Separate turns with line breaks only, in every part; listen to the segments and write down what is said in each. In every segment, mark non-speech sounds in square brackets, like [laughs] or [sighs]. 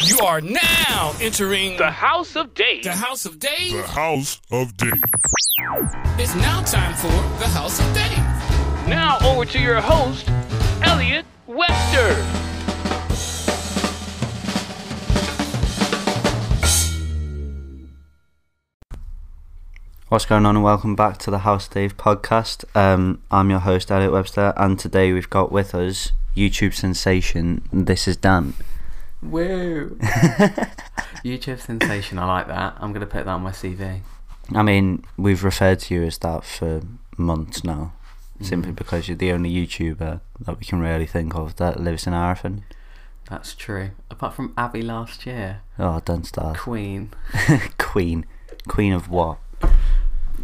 You are now entering
The House of Dave.
the House of Dave.
The House of Dave.
It's now time for the House of Dave.
Now over to your host, Elliot Webster.
What's going on, and welcome back to the House Dave podcast. Um, I'm your host, Elliot Webster, and today we've got with us YouTube sensation. This is Dan.
Woo! YouTube sensation, I like that. I'm gonna put that on my CV.
I mean, we've referred to you as that for months now,
Mm.
simply because you're the only YouTuber that we can really think of that lives in Arafin.
That's true. Apart from Abby last year,
Oh, don't start.
Queen.
Queen. Queen of what?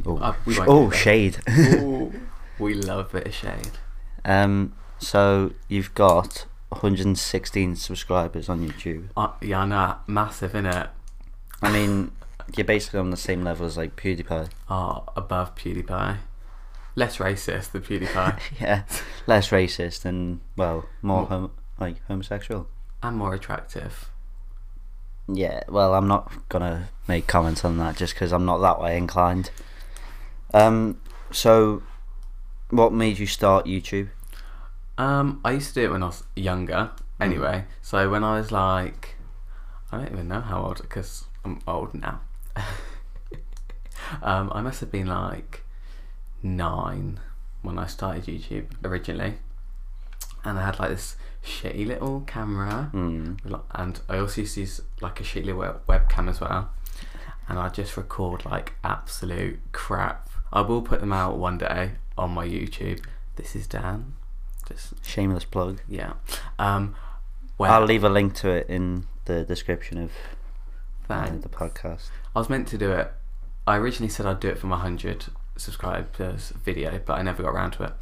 Oh,
Uh, we won't
oh
do that.
shade. [laughs]
[laughs] we love a bit of shade.
um, so you've got 116 subscribers on YouTube.
Uh, yeah, I know. Massive, innit?
I mean, you're basically on the same level as like PewDiePie.
Oh, above PewDiePie. Less racist than PewDiePie,
Yeah, less racist and well, more hom- like homosexual.
and more attractive.
Yeah, well, I'm not gonna make comments on that just because I'm not that way inclined. Um, so what made you start YouTube?
Um, I used to do it when I was younger. Anyway, so when I was like, I don't even know how old because I'm old now. [laughs] um, I must have been like nine when I started YouTube originally, and I had like this shitty little camera, with, like- and I also used to use like a shitty little web- webcam as well, and I just record like absolute crap. I will put them out one day on my YouTube. This is Dan. Just
Shameless plug.
yeah. Um, well,
I'll leave a link to it in the description of uh,
thanks.
the podcast.
I was meant to do it. I originally said I'd do it for my 100 subscribers video, but I never got around to it.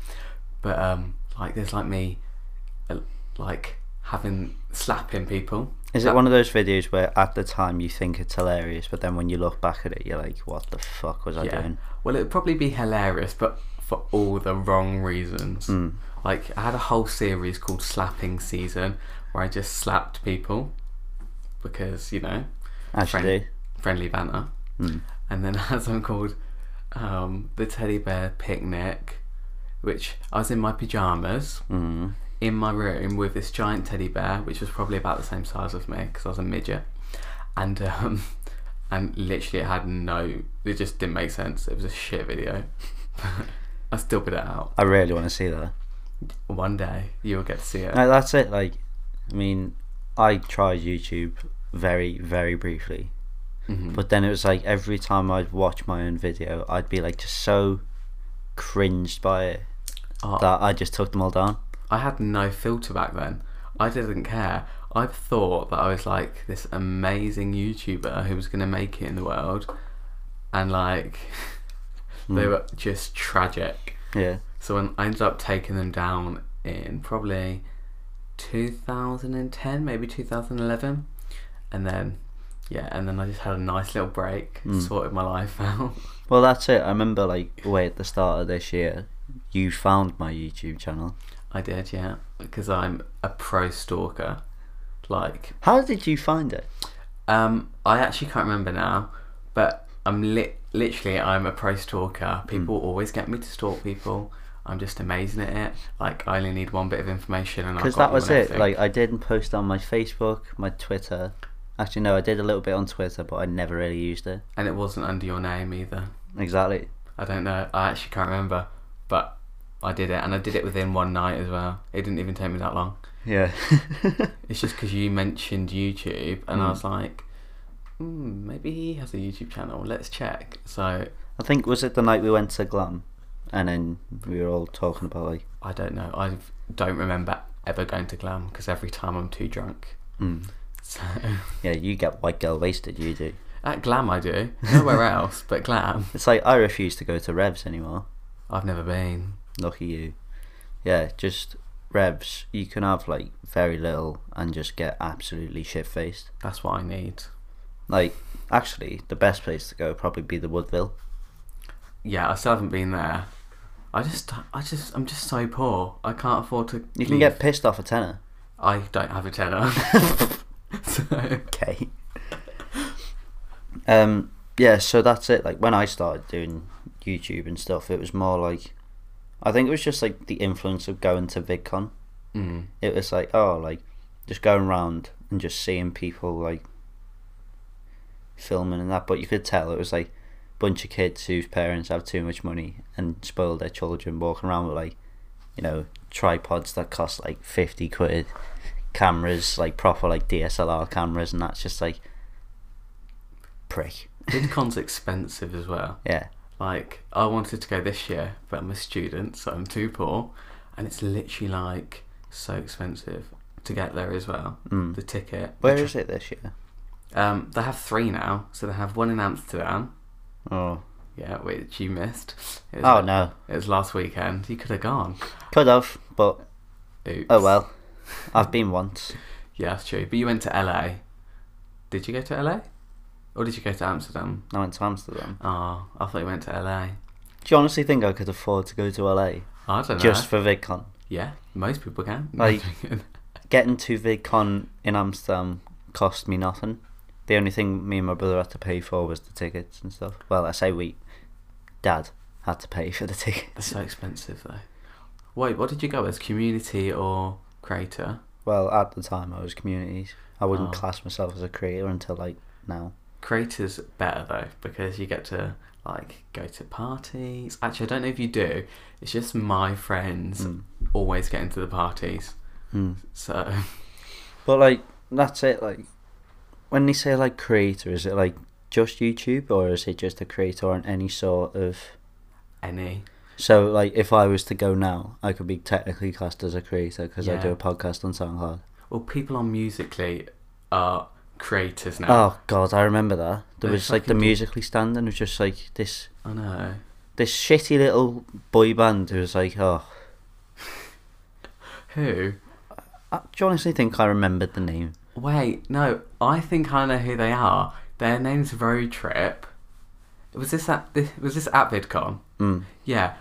But, um, like, there's like me, uh, like, having slapping people.
Is it one of those videos where at the time you think it's hilarious, but then when you look back at it, you're like, "What the fuck was I
Yeah.
doing?"
Well, it'd probably be hilarious, but for all the wrong reasons.
Hmm.
Like, I had a whole series called Slapping Season where I just slapped people because, you know,
Actually,
friend- friendly banter. And then [laughs] I had something called um, the Teddy Bear Picnic, which I was in my pajamas in my room with this giant teddy bear, which was probably about the same size as me because I was a midget, and um, [laughs] and literally it had no, it just didn't make sense. It was a shit video. [laughs] I still put it out.
I really want to see that.
One day you will get to see it.
No, that's it. Like, I mean, I tried YouTube very, very briefly, but then it was like every time I'd watch my own video, I'd be like just so cringed by it
Oh.
that I just took them all down.
I had no filter back then. I didn't care. I thought that I was like this amazing YouTuber who was going to make it in the world, and like [laughs] they were just tragic.
Yeah,
So when I ended up taking them down in probably 2010, maybe 2011, and then yeah, and then I just had a nice little break, sorted my life [laughs] out.
well, that's it. I remember like way at the start of this year, you found my YouTube channel.
I did, yeah, because I'm a pro stalker. Like
How did you find it?
Um, I actually can't remember now, but I'm lit. Literally, I'm a pro
Hmm.
stalker. People always get me to stalk people. I'm just amazing at it. Like I only need one bit of information, and I've
Because
got
that
you
was
on
it.
everything.
Like, I didn't post on my Facebook, my Twitter. Actually, no, I did a little bit on Twitter, but I never really used it.
and it wasn't under your name either.
Exactly.
I don't know. I actually can't remember, but I did it, and I did it within one night as well. It didn't even take me that long.
Yeah. [laughs]
It's just because you mentioned YouTube, and I was like, hmm, maybe he has a YouTube channel. Let's check. So
I think was it the night we went to Glam, and then we were all talking about like
I don't know. I don't remember ever going to glam because every time I'm too drunk. So [laughs]
yeah, you get white girl wasted, you do.
at glam I do nowhere else but glam.
It's like I refuse to go to Revs anymore.
I've never been.
Lucky you. Yeah, just Revs. You can have like very little and just get absolutely shit faced.
That's what I need.
Like actually, the best place to go would probably be the Woodville.
Yeah, I still haven't been there. I just, I just, I'm just so poor. I can't afford to.
You can get pissed off a tenner.
I don't have a tenner. [laughs] So,
Okay. Um. Yeah. So that's it. Like when I started doing YouTube and stuff, it was more like, I think it was just like the influence of going to VidCon.
mm,
It was like oh, like just going around and just seeing people like filming and that. But you could tell it was like bunch of kids whose parents have too much money and spoil their children walking around with like, you know, tripods that cost like fifty quid, cameras like proper like DSLR cameras, and that's just like prick.
VidCon's expensive as well.
Yeah.
Like, I wanted to go this year, but I'm a student, so I'm too poor. And it's literally like so expensive to get there as well. The ticket.
Mm. Where is it this year?
Um, they have three now. So they have one in Amsterdam.
Oh.
Yeah, which you missed. It
Oh
was-
no.
It was last weekend. You could have gone.
Could have, but
Oops.
oh well. I've been once.
Yeah, that's true. But you went to LA. Did you go to LA? Or did you go to Amsterdam?
I went to Amsterdam.
Oh, I thought you went to LA.
Do you honestly think I could afford to go to LA
I don't know.
just for VidCon?
yeah, most people can. [laughs]
Like- getting to VidCon in Amsterdam cost me nothing. The only thing me and my brother had to pay for was the tickets and stuff. Well, I say we, Dad had to pay for the
They're
tickets.
so expensive though. Wait, what did you go as? Community or creator?
Well, at the time I was communities. I wouldn't
Oh.
class myself as a creator until like now.
Creator's better though because you get to like go to parties. Actually, I don't know if you do. It's just my friends always get into the parties. So [laughs]
But like that's it. Like when they say like creator, is it like just YouTube or is it just a creator on any sort of?
any
So like if I was to go now, I could be technically classed as a creator because I
Yeah.
do a podcast on SoundCloud.
well, people on Musically are creators now.
Oh god, I remember that. There
They
was like the
fucking did.
musically stand and it was just like this
I know.
this shitty little boy band who was like, oh,
Who?
I, do you honestly think I remembered the name?
Wait, no. I think I know who they are. Their name's Road Trip. Was this at this was this at VidCon?
Mm.
Yeah,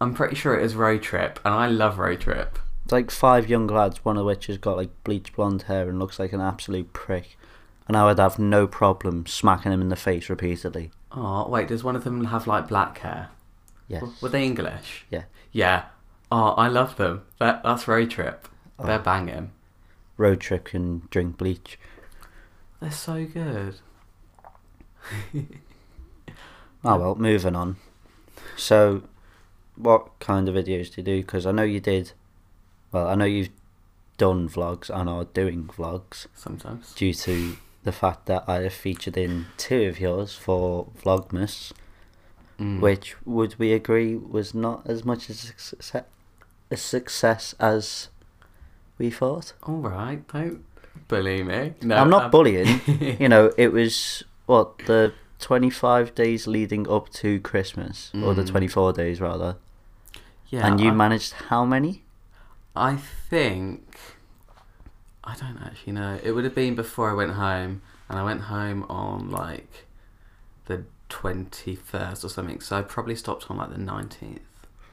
I'm pretty sure it was Road Trip, and I love Road Trip.
It's like five young lads, one of which has got like bleach blonde hair and looks like an absolute prick. And I would have no problem smacking him in the face repeatedly.
Oh wait, does one of them have like black hair?
Yes.
W- Were they English?
Yeah.
Yeah. Oh, I love them. That that's Road Trip.
Oh.
They're banging.
Road trip and drink bleach.
They're so good.
Oh well, moving on. So, what kind of videos do you do? Because I know you did. Well, I know you've done vlogs and are doing vlogs
Sometimes.
due to the fact that I have featured in two of yours for Vlogmas, which would we agree was not as much a success, a success as we thought.
All right, don't bully me. No,
I'm not
um,
bullying. you know, it was what the 25 days leading up to Christmas, or the 24 days rather.
Yeah,
and you
I,
managed how many?
I think I don't actually know. It would have been before I went home, and I went home on like the twenty first or something. So I probably stopped on like the nineteenth.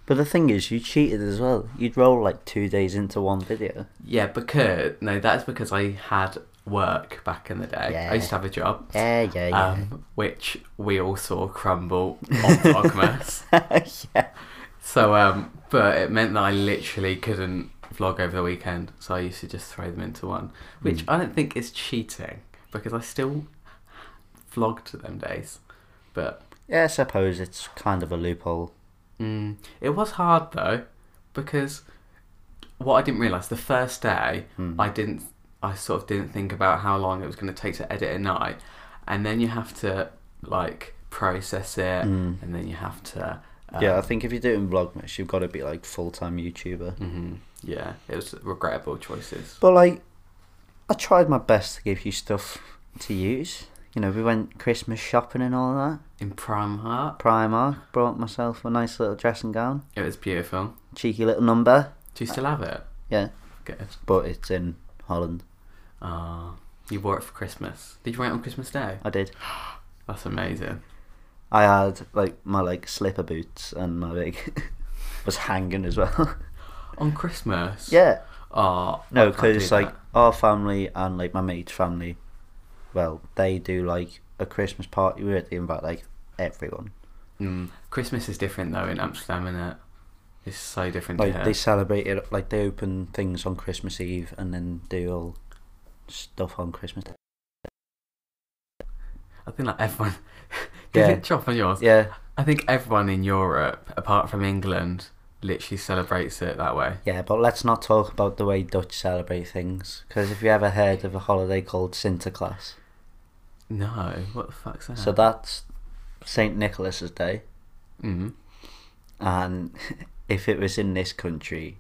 But the thing is, you cheated as well. You'd roll like two days into one video.
Yeah, because no, that's because I had work back in the day.
Yeah.
I used to have a job,
Yeah, yeah, yeah.
um, which we all saw crumble on [laughs] Vlogmas.
[laughs] yeah.
so, um, but it meant that I literally couldn't vlog over the weekend. So I used to just throw them into one, which I don't think is cheating because I still vlogged them days. But
Yeah, I suppose it's kind of a loophole.
Mm, it was hard though, because what I didn't realise the first day I didn't I sort of didn't think about how long it was going to take to edit a night, and then you have to like process it, and then you have to uh,
yeah, Um, I think if you're doing Vlogmas, you've got to be like full time YouTuber.
mhm, yeah. It was regrettable choices.
But like, I tried my best to give you stuff to use. You know, we went Christmas shopping and all that.
In prime heart,
Primark, brought myself a nice little dressing gown.
it was beautiful.
Cheeky little number.
Do you still have it?
Yeah.
Good.
But it's in Holland.
Ah, you wore it for Christmas. Did you wear it on Christmas Day?
I did.
That's amazing.
I had like my like slipper boots and my [laughs] like was hanging as well. [laughs]
On Christmas?
yeah.
Oh,
No, because like our family and like my mate's family, well, they do like a Christmas party where they invite like everyone.
Mm. Christmas is different though in Amsterdam, isn't it? It's so different.
Like
to
they
here.
celebrate it, like they open things on Christmas Eve and then do all stuff on Christmas Day.
I think like everyone. [laughs] Did
Yeah.
it drop on yours?
Yeah,
I think everyone in Europe, apart from England, literally celebrates it that way.
yeah, but let's not talk about the way Dutch celebrate things because if you ever heard of a holiday called Sinterklaas,
No, what the fuck's that?
so that's Saint Nicholas's Day,
Mm.
and [laughs] if it was in this country,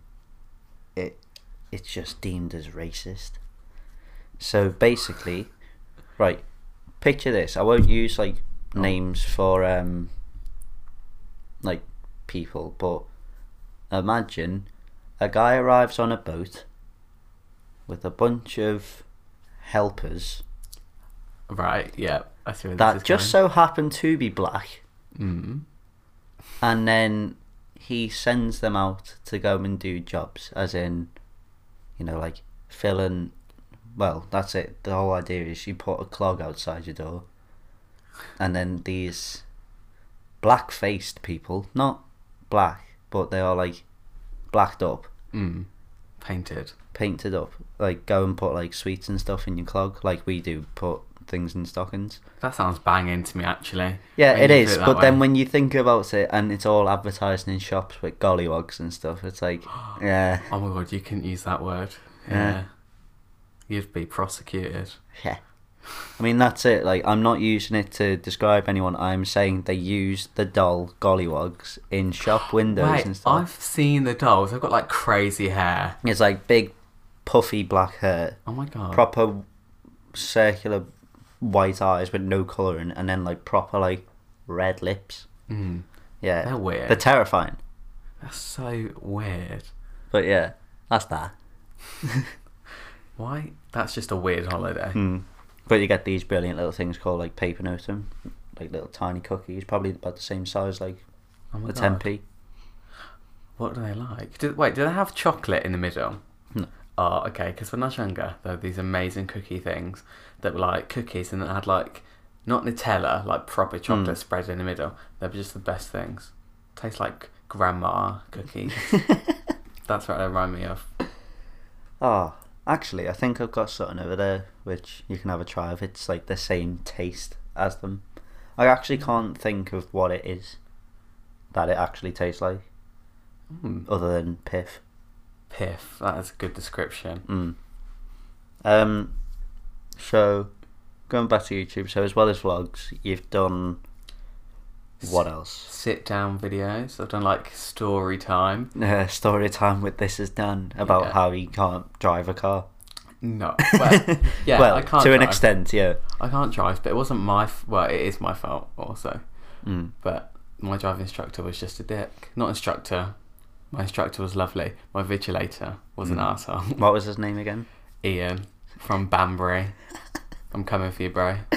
it it's just deemed as racist. So basically, right, picture this. I won't use like names for um like people, but imagine a guy arrives on a boat with a bunch of helpers
Right. Yeah. I see where
that
this is
just
going.
so happen to be black.
Mm.
and then he sends them out to go and do jobs, as in, you know, like filling. Well, that's it. The whole idea is you put a clog outside your door, and then these black-faced people, not black, but they are like blacked up,
Mm. Painted.
painted up, like go and put like sweets and stuff in your clog, like we do put things in stockings.
That sounds banging to me, actually.
Yeah,
when
it
you put
is.
that
but then
way.
when you think about it, and it's all advertising in shops with gollywogs and stuff, it's
[gasps]
like, yeah,
Oh my god, you couldn't use that word. Yeah.
Yeah.
You'd be prosecuted.
yeah. I mean, that's it. Like, I'm not using it to describe anyone. I'm saying they use the doll gollywogs in
[gasps]
shop windows
Wait,
and stuff.
I've seen the dolls. They've got like crazy hair.
It's like big, puffy black hair,
Oh my god.
proper circular white eyes with no colouring, and then like proper like red lips.
Mm.
Yeah,
They're weird.
They're terrifying.
That's so weird.
But yeah, that's that.
Why? That's just a weird holiday.
Hmm. But you get these brilliant little things called like paper notum, like little tiny cookies, probably about the same size like
Oh my
the
god.
ten p.
What do they like? Do, wait, do they have chocolate in the middle?
No.
Oh, okay. Because when I was younger, there were these amazing cookie things that were like cookies and that had like not Nutella, like
Hmm.
proper chocolate spread in the middle. They were just the best things. Tastes like grandma
[laughs]
cookies. That's what they remind me of.
Ah, actually, I think I've got something over there which you can have a try of. It's like the same taste as them. I
Hmm.
actually can't think of what it is that it actually tastes like,
Mm.
other than piff.
Piff. That is a good description.
Mm. Um, so going back to YouTube, so as well as vlogs, you've done what else?
Sit down videos. I've done like story time.
uh, story time with this is Dan about
Yeah.
how he can't drive a car.
No.
[laughs]
Well, yeah,
well,
I can't
to an
drive.
extent, yeah.
I can't drive, but it wasn't my. F- well, it is my fault also.
Mm.
But my driving instructor was just a dick. Not instructor. My instructor was lovely. My vigilator was
Mm.
an arsehole.
What was his name again?
[laughs] Ian from Banbury. I'm coming for you, bro.
[laughs]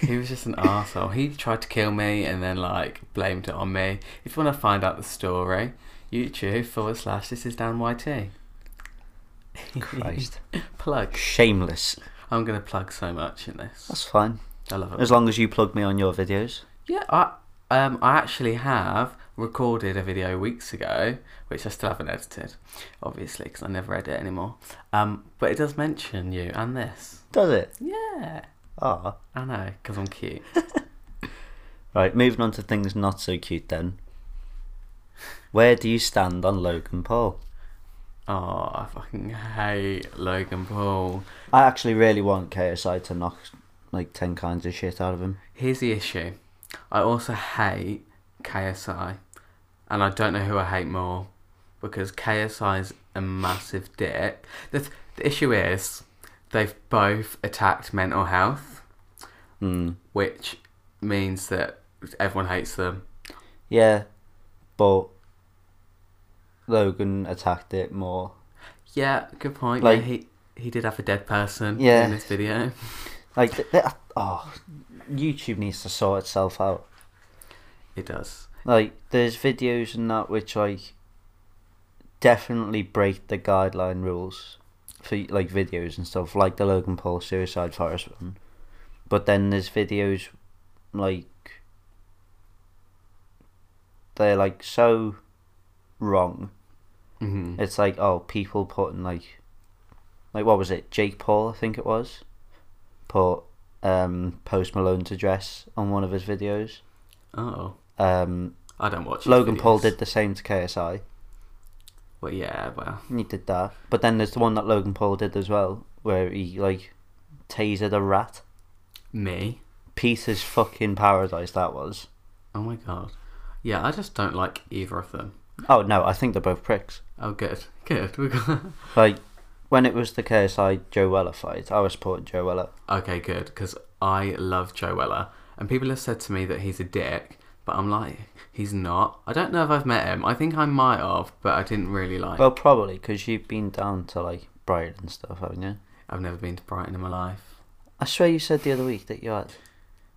he was just an arsehole. He tried to kill me and then, like, blamed it on me. If you want to find out the story, YouTube forward slash this is Dan YT.
Christ,
plug.
shameless.
I'm going to plug so much in this.
That's fine,
I love it.
as long as you plug me on your videos.
Yeah, I um I actually have recorded a video weeks ago, which I still haven't edited, obviously, because I never edit anymore. Um, but it does mention you and this.
Does it?
Yeah,
Ah,
I know, because I'm cute. [laughs]
right. Moving on to things not so cute then. Where do you stand on Logan Paul?
oh, I fucking hate Logan Paul.
I actually really want KSI to knock like ten kinds of shit out of him.
Here's the issue. I also hate KSI, and I don't know who I hate more because KSI is a massive dick. The, th- the issue is they've both attacked mental health,
Hmm.
which means that everyone hates them.
Yeah, but Logan attacked it more.
Yeah, good point.
Like-
yeah, he he did have a dead person
Yeah.
in this video.
Like, th- th- oh, YouTube needs to sort itself out.
It does.
like there's videos and that which like definitely break the guideline rules for like videos and stuff, like the Logan Paul Suicide Forest one. But then there's videos like they're like so wrong.
Mhm.
It's like oh, people putting like like what was it? Jake Paul, I think it was, put um, Post Malone's address on one of his videos.
Oh,
Um,
I don't watch his
Logan Paul
videos.
did the same to KSI.
Well, yeah, well,
He did that. But then there's the one that Logan Paul did as well, where he like tasered a rat.
me.
Peter's fucking paradise that was.
Oh my god. Yeah, I just don't like either of them.
Oh no, I think they're both pricks.
Oh, good, [laughs] good. We got...
Like when it was the KSI Joella fight, I was supporting Joella.
Okay, good, because I love Joella, and people have said to me that he's a dick, but I'm like, he's not. I don't know if I've met him. I think I might have, but I didn't really like.
Well, probably because you've been down to like Brighton and stuff, haven't you?
I've never been to Brighton in my life.
I swear you said the other week that you had.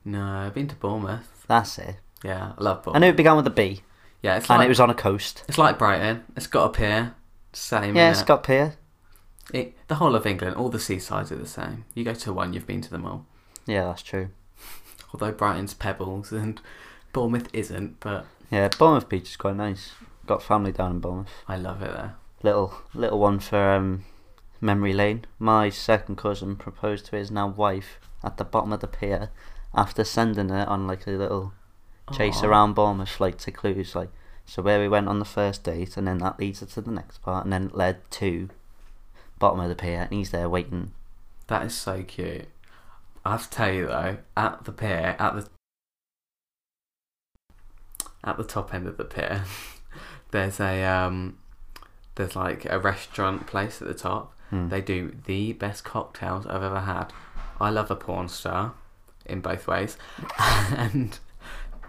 No, I've been to Bournemouth.
That's it.
Yeah, I love Bournemouth.
I knew it began with a B,
yeah, it's
and
like
it was on a coast.
it's like Brighton. It's got a pier. Same.
Yeah,
innit?
Scott Pier.
It- the whole of England. All the seasides are the same. You go to one, you've been to them all.
Yeah, that's true.
Although Brighton's pebbles [laughs] and Bournemouth isn't, but
Yeah, Bournemouth Beach is quite nice. Got family down in Bournemouth.
I love it there.
little little one for um, memory lane. My second cousin proposed to his now wife at the bottom of the pier after sending her on like a little chase
Aw.
around Bournemouth, like to clues, like so where we went on the first date, and then that leads her to the next part, and then it led to bottom of the pier, and he's there waiting.
That is so cute. I have to tell you though, at the pier, at the at the top end of the pier, [laughs] there's a um, there's like a restaurant place at the top.
Hmm.
They do the best cocktails I've ever had. I love a porn star, in both ways, [laughs] and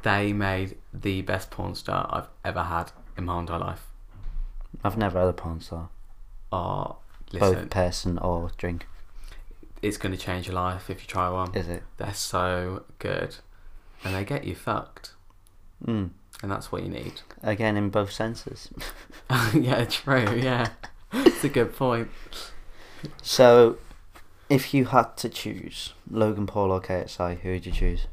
they made the best porn star I've ever had in my entire life.
I've never had a porn star,
Oh,
both
listen,
person or drink.
it's gonna change your life if you try one.
Is it?
They're so good. And they get you fucked.
Mm.
And that's what you need. [laughs]
Again, in both senses. [laughs]
yeah, true, yeah. It's a good point.
so, if you had to choose Logan Paul or KSI, who would you choose?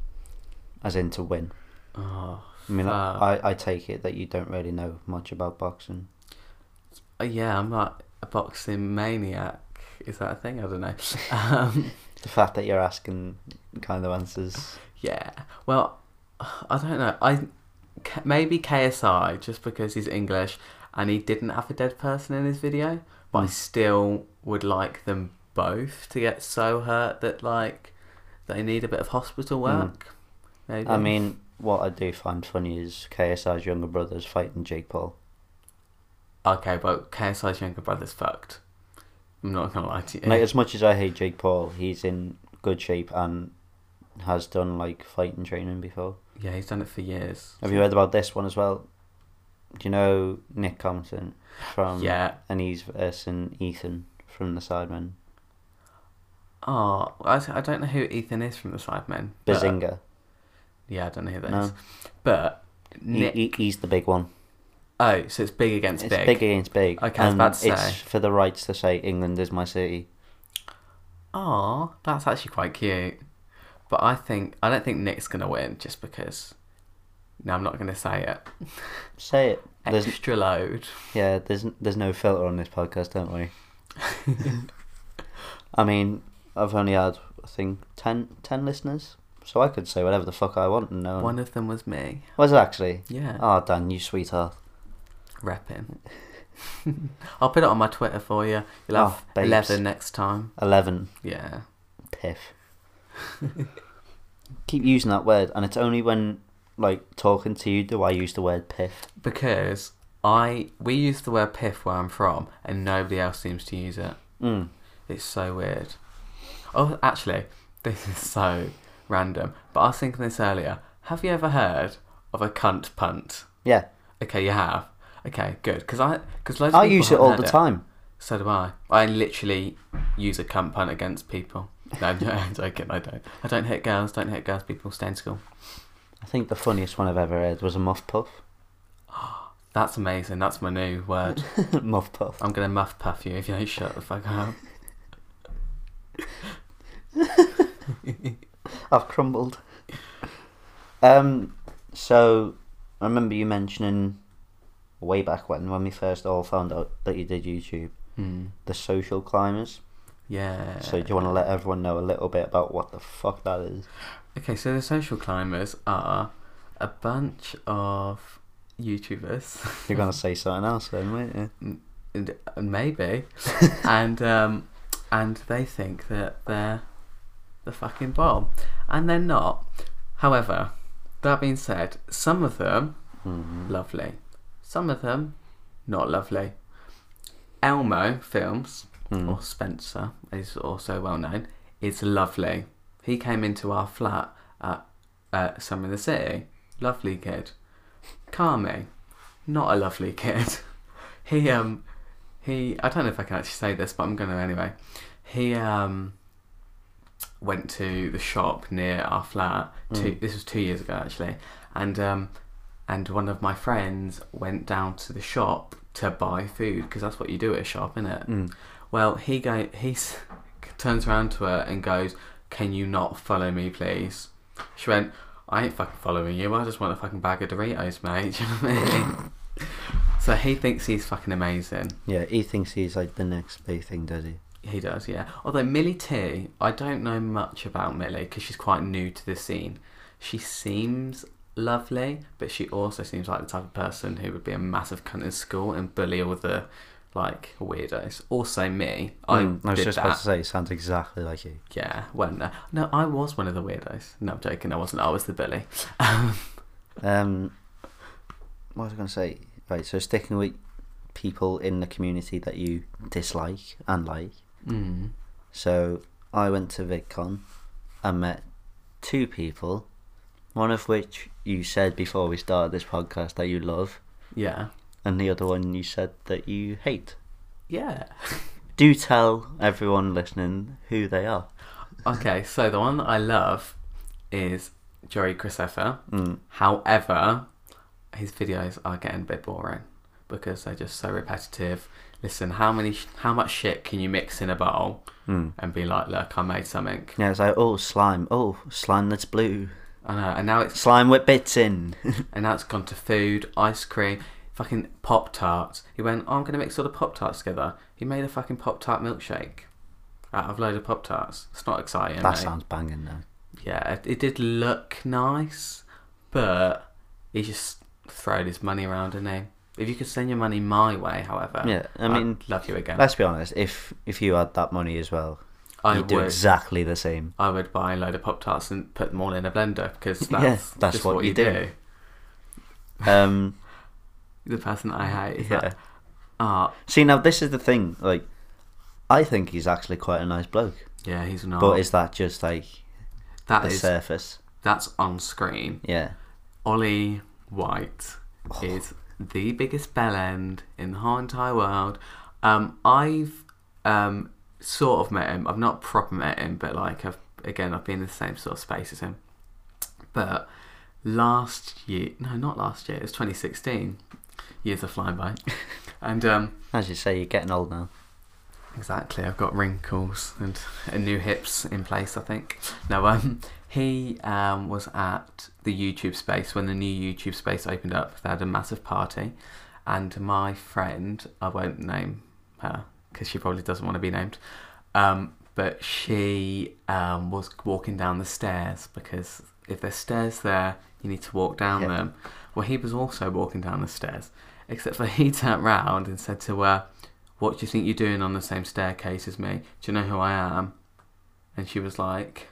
As in to win.
Oh,
I mean,
fuck.
I, I take it that you don't really know much about boxing.
Uh, yeah, I'm like a boxing maniac. Is that a thing? I don't know. [laughs] Um,
The fact that you're asking kind of answers.
yeah. Well, [sighs] I don't know. I K- maybe KSI just because he's English and he didn't have a dead person in his video, but I
Hmm.
still would like them both to get so hurt that like they need a bit of hospital work. Maybe.
Hmm. I mean, what I do find funny is KSI's younger brother's fighting Jake Paul.
Okay, but KSI's younger brother's fucked. I'm not gonna lie to you.
Like, as much as I hate Jake Paul, he's in good shape and has done like fighting training before.
[laughs] yeah, he's done it for years.
Have you heard about this one as well? Do you know Nick Compton from
Yeah.
and he's versing Ethan from the Sidemen.
Oh, I, I don't know who Ethan is from the Sidemen. but-
Bazinga.
Yeah, I don't know who that is.
No.
But
He-
Nick.
he- he's the big one.
oh, so it's big against
It's
big.
big, against big.
Okay, I was
and
about to
it's
say.
for the rights to say England is my city.
Aw, that's actually quite cute. But I think I don't think Nick's gonna win just because. No, I'm not gonna say it.
Say it. There's,
Extra load.
yeah, there's there's no filter on this podcast, don't
[laughs]
we? I mean, I've only had I think 10, 10 listeners, so I could say whatever the fuck I want and no.
One
One...
of them was me.
Was it actually?
Yeah.
Oh, Dan, you sweetheart.
Repping. [laughs] I'll put it on my Twitter for you. You'll have
Oh, babes.
eleven next time.
Eleven.
Yeah.
Piff. [laughs] Keep using that word, and it's only when like talking to you do I use the word piff.
Because I we use the word piff where I'm from and nobody else seems to use it.
Mm.
It's so weird. Oh actually, [laughs] this is so random. But I was thinking this earlier. Have you ever heard of a cunt punt?
Yeah,
Okay, you have. Okay, good. Because I because
I use it all the time.
So do I. I literally use a cunt punt against people. No, no, I'm [laughs] joking. I don't. I don't hit girls. Don't hit girls. People stay in school.
I think the funniest one I've ever heard was a muff puff. [laughs]
That's amazing. That's my new word.
[laughs] muff puff.
I'm gonna muff puff you if you don't shut the fuck up.
I've crumbled. Um, so I remember you mentioning way back when, when we first all found out that you did YouTube,
Mm.
the social climbers.
Yeah.
So do you want to let everyone know a little bit about what the fuck that is?
Okay, so the social climbers are a bunch of
[laughs]
YouTubers.
You're gonna say something else then, weren't you?
and and maybe, and um, and they think that they're the fucking bomb, and they're not. However, that being said, some of them lovely, some of them not lovely. Elmo Films or Spencer is also well known. Is lovely. He came into our flat at uh, Summer in the City. Lovely kid. Carmi, not a lovely kid. [laughs] He um he I don't know if I can actually say this, but I'm gonna anyway. He um went to the shop near our flat two this was two years ago actually. And um and one of my friends went down to the shop to buy food because that's what you do at a shop, isn't it? Well, he go he s- turns around to her and goes, "Can you not follow me, please?" She went, "I ain't fucking following you. I just want a fucking bag of Doritos, mate." [laughs] Do you know what I mean? So he thinks he's fucking amazing.
Yeah, he thinks he's like the next big thing, does he?
He does, yeah. Although Millie T, I don't know much about Millie because she's quite new to the scene. She seems lovely, but she also seems like the type of person who would be a massive cunt in school and bully all the like weirdos. Also me, I,
Mm, I was
did
just
that.
about to say, it sounds exactly like you.
Yeah, well, no, no, I was one of the weirdos. No, I'm joking. I wasn't. I was the bully. [laughs] Um,
Um, what was I going to say? Right, so sticking with people in the community that you dislike and like.
mm,
So I went to VidCon and met two people, one of which you said before we started this podcast that you love,
yeah,
and the other one you said that you hate.
yeah. [laughs]
Do tell everyone listening who they are.
Okay, so the one that I love is Jory Christopher. However, his videos are getting a bit boring because they're just so repetitive. Listen, how many, sh- how much shit can you mix in a bowl and be like, look, I made something.
Yeah, it's like, oh, slime. Oh, slime that's blue.
I know, and now it's
Slime with bits [laughs] in.
and now it's gone to food, ice cream, fucking pop tarts. He went, oh, I'm gonna mix all the pop tarts together. He made a fucking pop tart milkshake out of a load of pop tarts. It's not exciting.
that
mate.
sounds banging, though.
yeah, it, it did look nice, but he just throwed his money around, didn't he? If you could send your money my way, however,
Yeah, I
I'd
mean,
love you again.
Let's be honest. If if you had that money as well,
I
you'd do
would,
exactly the same.
I would buy a load of pop tarts and put them all in a blender
[laughs]
because that's,
that's
just
what
what,
you
you
do.
do.
Um, [laughs]
The person that I hate is
yeah.
that art.
See, now this is the thing. Like, I think he's actually quite a nice bloke,
Yeah, he's not.
but is that just like
that
the
is
surface?
that's on screen.
Yeah.
Ollie White is the biggest bell end in the whole entire world. Um, I've um, sort of met him. I've not proper met him, but like I've again, I've been in the same sort of space as him. But last year, no, not last year. It was 2016. Years are flying by, and um,
As you say, you're getting old now.
Exactly. I've got wrinkles and, and new hips in place. I think. No, um, [laughs] he um was at the YouTube space when the new YouTube space opened up. They had a massive party, and my friend, I won't name her because she probably doesn't want to be named. Um, but she um was walking down the stairs because if there's stairs there, you need to walk down
Yeah.
them. Well, he was also walking down the stairs, except for [laughs] he turned round and said to her. What do you think you're doing on the same staircase as me? Do you know who I am? And she was like,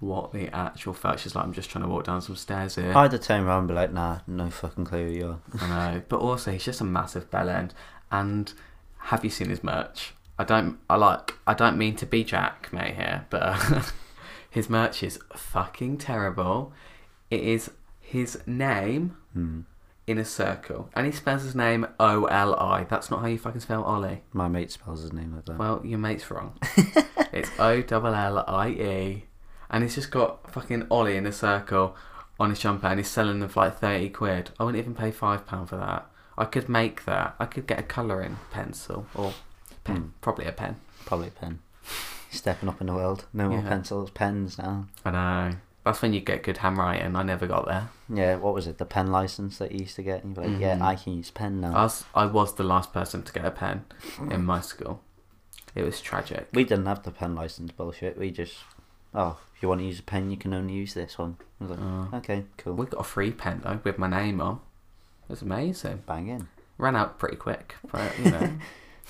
What the actual fuck? She's like, I'm just trying to walk down some stairs here.
I'd have turned around and be like, nah, no fucking clue who you are.
I know. But also, he's just a massive bell end. And have you seen his merch? I don't. I like. I don't mean to be Jack mate here, but [laughs] his merch is fucking terrible. It is his name in a circle, and he spells his name O L I. That's not how you fucking spell Ollie.
My mate spells his name like that.
Well, your mate's [laughs] wrong. it's O double L I E, and he's just got fucking Ollie in a circle on his jumper, and he's selling them for like thirty quid. I wouldn't even pay five pound for that. I could make Hmm. that. I could get a colouring pencil or pen, probably a pen.
Probably a pen. Stepping up in the world. No more
Yeah.
pencils, pens now.
I know. That's when you get good handwriting. I never got there.
Yeah, what was it? The pen license that you used to get? And you'd be like,
Mm-hmm.
yeah, I can use pen now.
I was, I was the last person to get a pen in my school. It was tragic.
we didn't have the pen license bullshit. We just, oh, if you want to use a pen, you can only use this one. I was like, okay, cool.
Oh. We got a free pen though with my name on. It was amazing.
Bang in.
Ran out pretty quick, but you [laughs] know.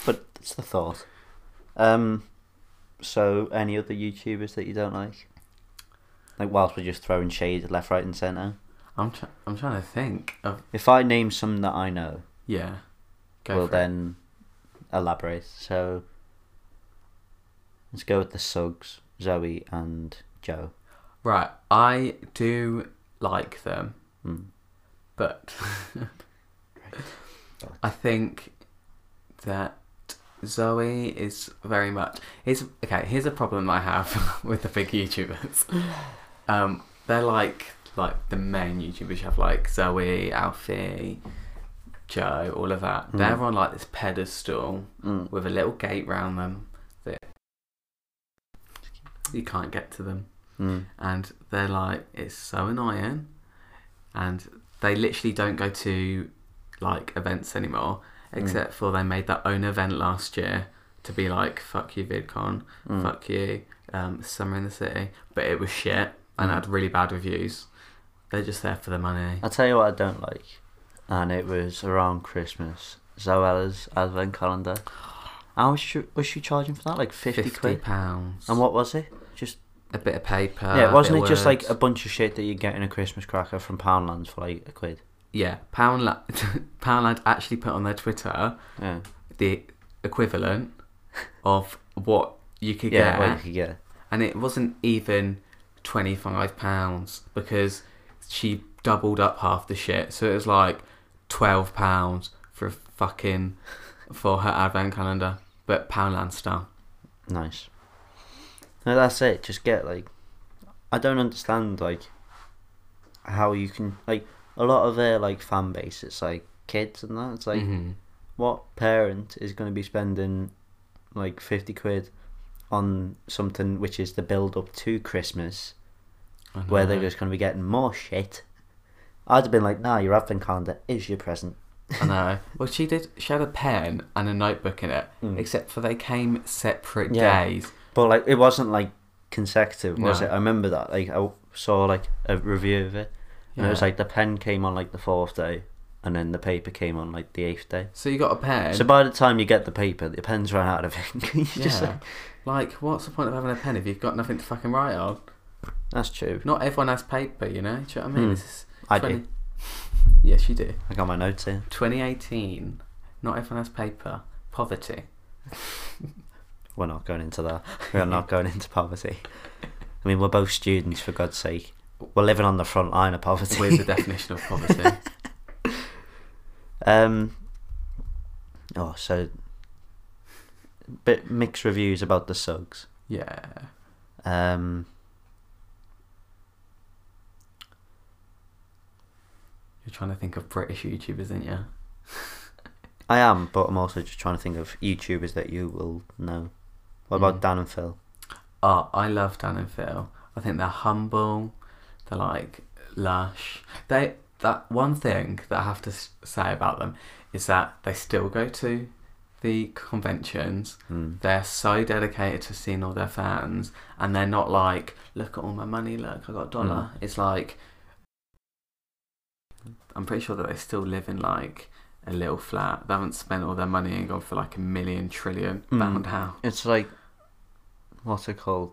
But it's the thought. Um, so, any other YouTubers that you don't like? Like, whilst we're just throwing shade left, right, and centre?
I'm tr- I'm trying to think of
If I name some that I know,
yeah. Go
we'll
for it.
then elaborate. So, let's go with the Suggs, Zoe, and Joe.
Right, I do like them,
Mm.
but [laughs] I think that Zoe is very much. Here's okay. Here's a problem I have [laughs] with the
[laughs]
big YouTubers. Um, they're like like the main YouTubers. You have like Zoe, Alfie, Joe, all of that.
Hmm.
They're on like this pedestal
Mm.
with a little gate round them that you can't get to them
Mm.
and they're like, it's so annoying. And they literally don't go to like events anymore,
Mm.
except for they made their own event last year to be like, fuck you, VidCon,
Mm.
fuck you, um, Summer in the City. But it was shit and had
Mm.
really bad reviews. They're just there for the money.
I'll tell you what I don't like, and it was around Christmas. Zoella's advent calendar. How was she, was she charging for that? Like 50,
50
quid?
pounds.
And what was it? Just
a bit of paper.
yeah,
a
wasn't
bit
Uh, it
of
just like
words.
a bunch of shit that you get in a Christmas cracker from Poundland for like a quid?
Yeah, [laughs] Poundland, Poundland actually put on their Twitter
Yeah,
the equivalent of what you could
yeah,
get.
what you could get.
and it wasn't even twenty five pounds because she doubled up half the shit. So it was like twelve pounds for
[laughs]
a fucking for her advent calendar, but Poundland style.
Nice. No, that's it. Just get like, I don't understand like how you can like a lot of their like fan base. It's like kids and that. It's like
Mm-hmm.
what parent is going to be spending like fifty quid on something which is the build up to Christmas,
I
where they're
know.
just going to be getting more shit. I'd have been like, nah, your advent calendar is your present.
I know. Well, she did. She had a pen and a notebook in it, except for they came separate
Hmm. Yeah.
days.
But like, it wasn't like consecutive, was
No.
it? I remember that. Like, I saw like a review of it, and it was
Yeah.
like the pen came on like the fourth day, and then the paper came on like the eighth day.
So you got a pen.
So by the time you get the paper, the pen's run out of [laughs] ink. It's
yeah.
just like,
like, what's the point of having a pen if you've got nothing to fucking write on?
that's true.
Not everyone has paper, you know. Do you know what I mean? This is
Hmm. I do.
Yes, you do.
I got my notes here.
2018. Not everyone has paper. Poverty.
We're not going into that. We're
[laughs]
not going into poverty. I mean, we're both students, for God's sake. We're living on the front line of poverty. [laughs]
Where's the definition of poverty?
Um. Oh, so bit mixed reviews about the Suggs.
Yeah.
Um.
You're trying to think of British YouTubers, aren't you?
I am, but I'm also just trying to think of YouTubers that you will know. What
Hmm.
about Dan and Phil?
Oh, I love Dan and Phil. I think they're humble. They're like lush. They that one thing that I have to s- say about them is that they still go to the conventions. They're so dedicated to seeing all their fans, and they're not like, look at all my money. Look, I got a dollar. It's like I'm pretty sure that they still live in like a little flat. They haven't spent all their money and gone for like a million trillion pound house.
It's like what's it called?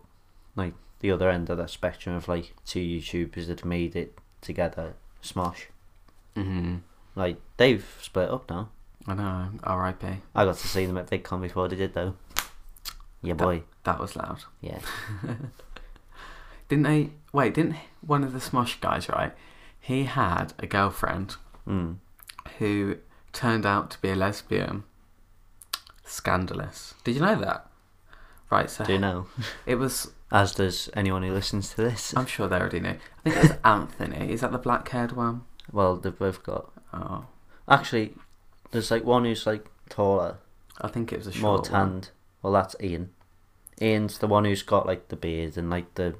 Like the other end of that spectrum of like two YouTubers that made it together. Smosh.
Mm-hmm.
Like they've split up now.
I know. R.I.P.
I got to see them at VidCon before they did though. Yeah, boy.
That was loud.
Yeah.
Didn't they? Wait, didn't one of the Smosh guys, right? He had a girlfriend
Mm.
who turned out to be a lesbian. Scandalous. Did you know that? Right, so [laughs]
Do you know?
it was.
As does anyone who listens to this.
I'm sure they already knew. I
[laughs]
think it was Anthony. Is that the black haired one?
Well, they've both got.
Oh,
Actually, there's like one who's like taller,
I think it was a short
more
one.
tanned. Well, that's Ian. Ian's the one who's got like the beard and like the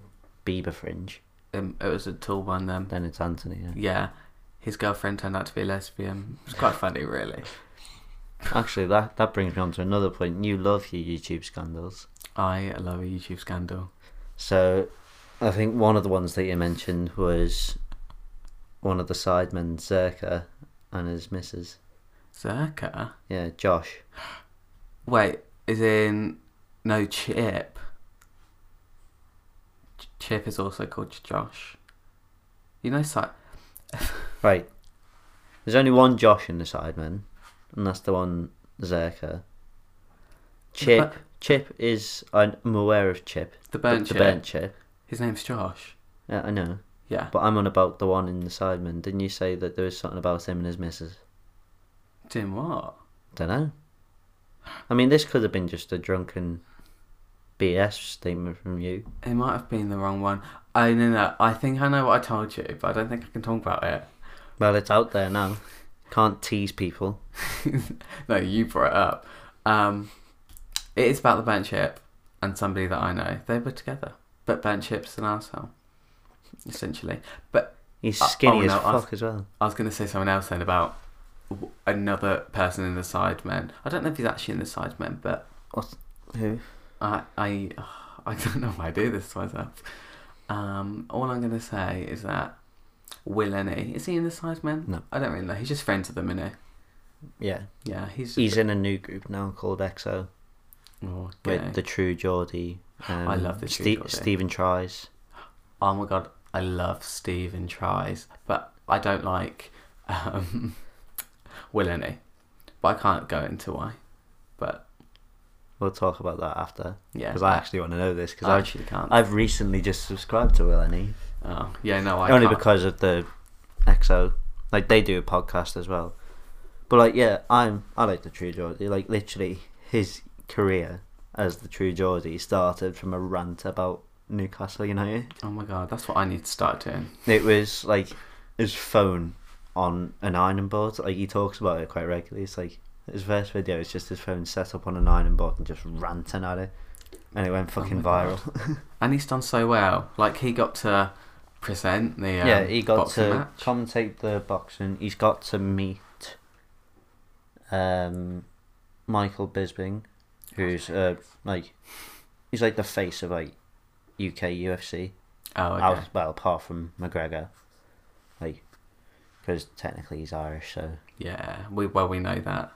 Bieber fringe.
Um, it was a tall one then.
Then it's Anthony. Yeah.
Yeah, his girlfriend turned out to be a lesbian. It's quite funny, really.
Actually, that that brings me on to another point. You love your YouTube scandals.
I love a YouTube scandal.
So, I think one of the ones that you mentioned was one of the sidemen, Zerka, and his missus.
Zerka?
Yeah, Josh.
Wait, is in no Chip? Ch- Chip is also called J- Josh. You know, so
Right. There's only one Josh in the sidemen, and that's the one Zerka. Chip. Chip is I'm aware of Chip.
The burnt
the,
chip.
The burnt chip.
his name's Josh.
Yeah, I know.
Yeah.
But I'm on about the one in the Sidemen. Didn't you say that there was something about him and his missus?
Doing what?
Don't know. I mean, this could have been just a drunken BS statement from you.
It might have been the wrong one. I no no. I think I know what I told you, but I don't think I can talk about it. [laughs]
Well, it's out there now. Can't tease people.
no, you brought it up. Um, it is about the burnt chip and somebody that I know. They were together, but burnt chip's an asshole, essentially. But
He's
Uh,
skinny
oh,
as
no, I-
fuck as well.
I was going to say something else then about w- another person in the Sidemen. I don't know if he's actually in the Sidemen, but
What? Who?
I I [sighs] I don't know why I do this to myself. Um, all I'm going to say is that Will Ennie is he in the Sidemen?
No.
I don't really know. He's just friends with them, isn't
Yeah.
he? Yeah, he's
He's in a new group now called EXO
Oh,
with
gay.
the True Geordie. Um,
I love the True
Ste-
Geordie.
Stephen Tries.
Oh my god, I love Steven Tries, but I don't like um, [laughs] Will Ennie. But I can't go into why. But
We'll talk about that after.
Yeah.
Because I actually want to know this. Because
I
I've,
actually can't.
I've recently just subscribed to Will E. Any.
oh, yeah, no, I
only
can't.
because of the EXO. Like they do a podcast as well. But like yeah, I'm I like the True Geordie. Like literally his career as the True Geordie started from a rant about Newcastle United.
Oh my god, that's what I need to start doing.
It was like his phone on an ironing board. Like he talks about it quite regularly. It's like his first video is just his phone set up on an ironing board and just ranting at it. And it went fucking
Oh my God.
viral.
And he's done so well. Like, he got to present the um,
yeah, he got
boxing
to
match.
commentate the boxing. He's got to meet um, Michael Bisping, who's uh, like he's like the face of like UK UFC.
oh, okay.
Out, well, apart from McGregor, like because technically he's Irish, so
Yeah, we, well, we know that.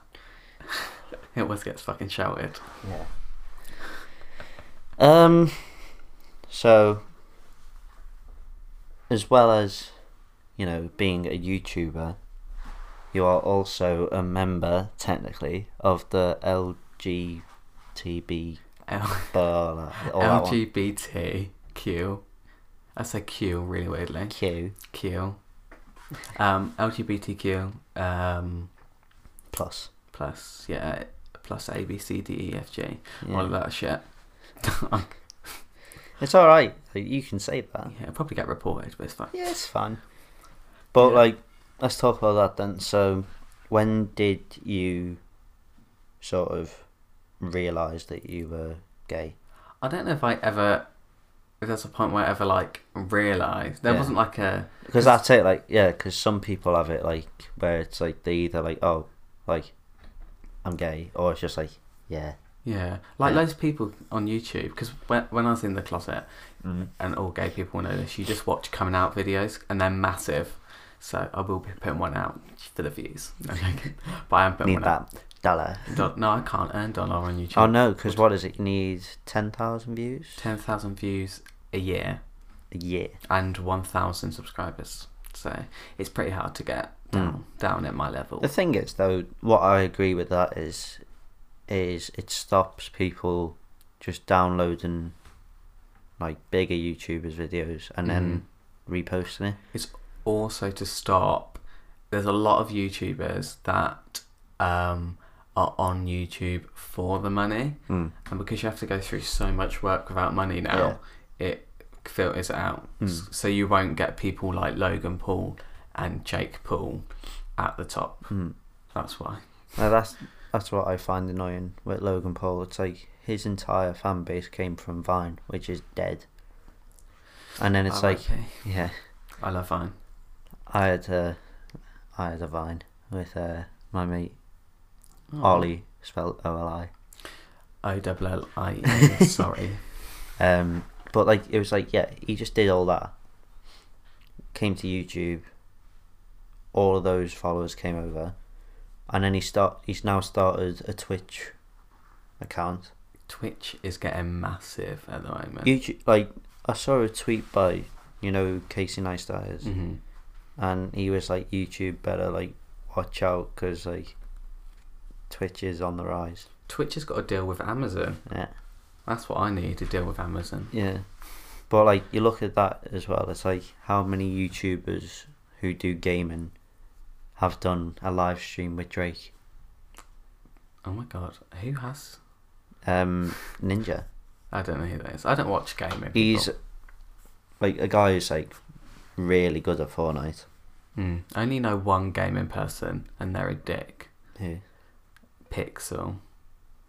[laughs] it always gets fucking shouted.
yeah. Um, so as well as you know being a YouTuber, you are also a member technically of the LGTB
L-
bar, or Oh, that one,
LGBTQ. I say Q really weirdly.
Q
Q. Um, LGBTQ. Um,
plus.
plus, yeah, plus A, B, C, D, E, F, G.
Yeah.
All of that shit. [laughs]
It's all right. Like, You can say that.
yeah, it'll probably get reported, but it's fine.
Yeah, it's fine. But
Yeah.
like, let's talk about that then. So, when did you sort of realize that you were gay?
I don't know if I ever. If there's a point where I ever, like, realised. There
Yeah.
wasn't, like, a.
Because that's it. Like, yeah, because some people have it like where it's like they either like, oh, like I'm gay, or it's just like, yeah,
Yeah. Like,
Yeah.
loads of people on YouTube, because when, when I was in the closet,
Mm-hmm.
and all gay people know this, you just watch coming out videos, and they're massive. So I will be putting one out for the views. [laughs] No, I'm joking. but I am putting
need
one out.
that dollar.
Do- No, I can't earn dollar on YouTube.
Oh no, because what is it? You need ten thousand views
ten thousand views a year
a year.
and one thousand subscribers. So it's pretty hard to get
Mm.
down down at my level.
The thing is, though, what I agree with that is, is it stops people just downloading like bigger YouTubers' videos and then reposting it.
It's also to stop. There's a lot of YouTubers that um, are on YouTube for the money,
Hmm.
and because you have to go through so much work without money now, it filters it out.
Hmm.
S- So you won't get people like Logan Paul and Jake Paul at the
Hmm.
top. That's why.
Now that's that's what I find annoying with Logan Paul. It's like his entire fan base came from Vine, which is dead. And then it's
Oh,
like,
okay.
yeah,
I love Vine.
I had a, I had a Vine with uh, my mate
Oh.
Ollie, spelled O L I.
O double L I
[laughs]
E. Sorry.
Um, but like it was like yeah, he just did all that. Came to YouTube. All of those followers came over, and then he start. He's now started a Twitch account.
Twitch is getting massive at the moment.
YouTube, like I saw a tweet by you know who Casey Neistat is,
hmm
and he was like YouTube better like watch out because like Twitch is on the rise.
Twitch has got to deal with Amazon.
Yeah.
That's what I need to deal with Amazon.
Yeah. But like you look at that as well, it's like how many YouTubers who do gaming have done a live stream with Drake.
Oh my god, who has?
Um Ninja.
I don't know who that is. I don't watch gaming.
He's
people.
like a guy who's like really good at Fortnite.
Hmm. I only know one gaming person, and they're a dick.
Who?
Pixel.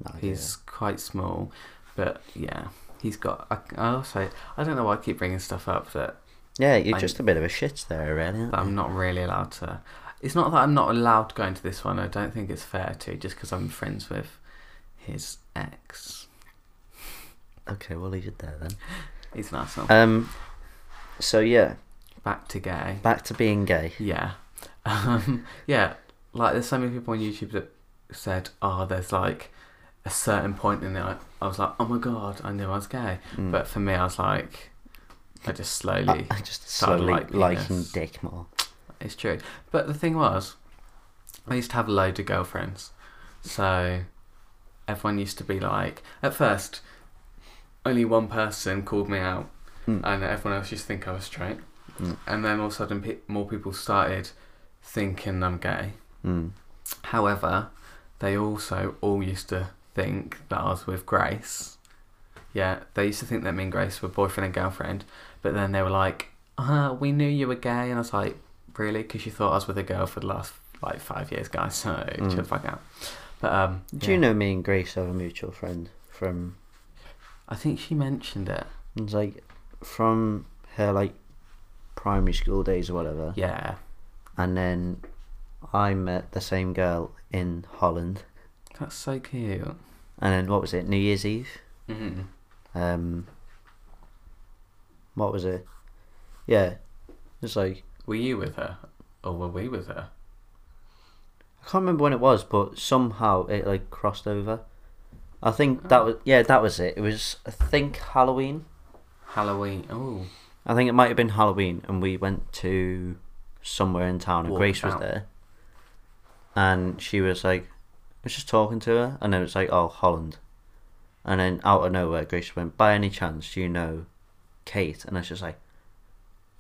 No, idea.
He's quite small, but yeah, he's got. I, I also I don't know why I keep bringing stuff up that,
Yeah, you're
I'm-
just a bit of a shit there really. aren't
that I'm not really allowed to. It's not that I'm not allowed to go into this one. I don't think it's fair to just because I'm friends with his ex.
you? Okay, we'll leave it there then.
He's an asshole.
Um so yeah,
Back to gay.
back to being gay.
Yeah. [laughs] Um, yeah. Like, there's so many people on YouTube that said, oh, there's like a certain point in it. I, I was like, oh my god, I knew I was gay. But for me, I was like, I just slowly.
Uh, I just
started
slowly
liking
liking
this.
dick more.
It's true. But the thing was, I used to have loads of girlfriends. So everyone used to be like, at first, only one person called me out,
Hmm.
and everyone else used to think I was straight.
Hmm.
And then all of a sudden, pe- more people started thinking I'm gay. Hmm,
Mm.
However, they also all used to think that I was with Grace. Yeah, they used to think that me and Grace were boyfriend and girlfriend, but then they were like, uh, we knew you were gay. And I was like, really? Because you thought I was with a girl for the last like five years, guys. So chill the fuck out. But, um,
Do you know me and Grace have a mutual friend from
I think she mentioned it.
It's like from her like primary school days or whatever,
Yeah.
and then I met the same girl in Holland,
That's so cute.
and then what was it? New Year's Eve.
Mm-hmm.
Um, what was it? Yeah, it's like
Were you with her? Or were we with her?
I can't remember when it was, but somehow it like crossed over. I think that was yeah, that was it. It was I think Halloween.
Halloween. Oh,
I think it might have been Halloween, and we went to somewhere in town, and
Walk
Grace was
about.
there, and she was like, I was just talking to her, and then it was like, oh, Holland, and then out of nowhere, Grace went, by any chance, do you know Kate? And I was just like,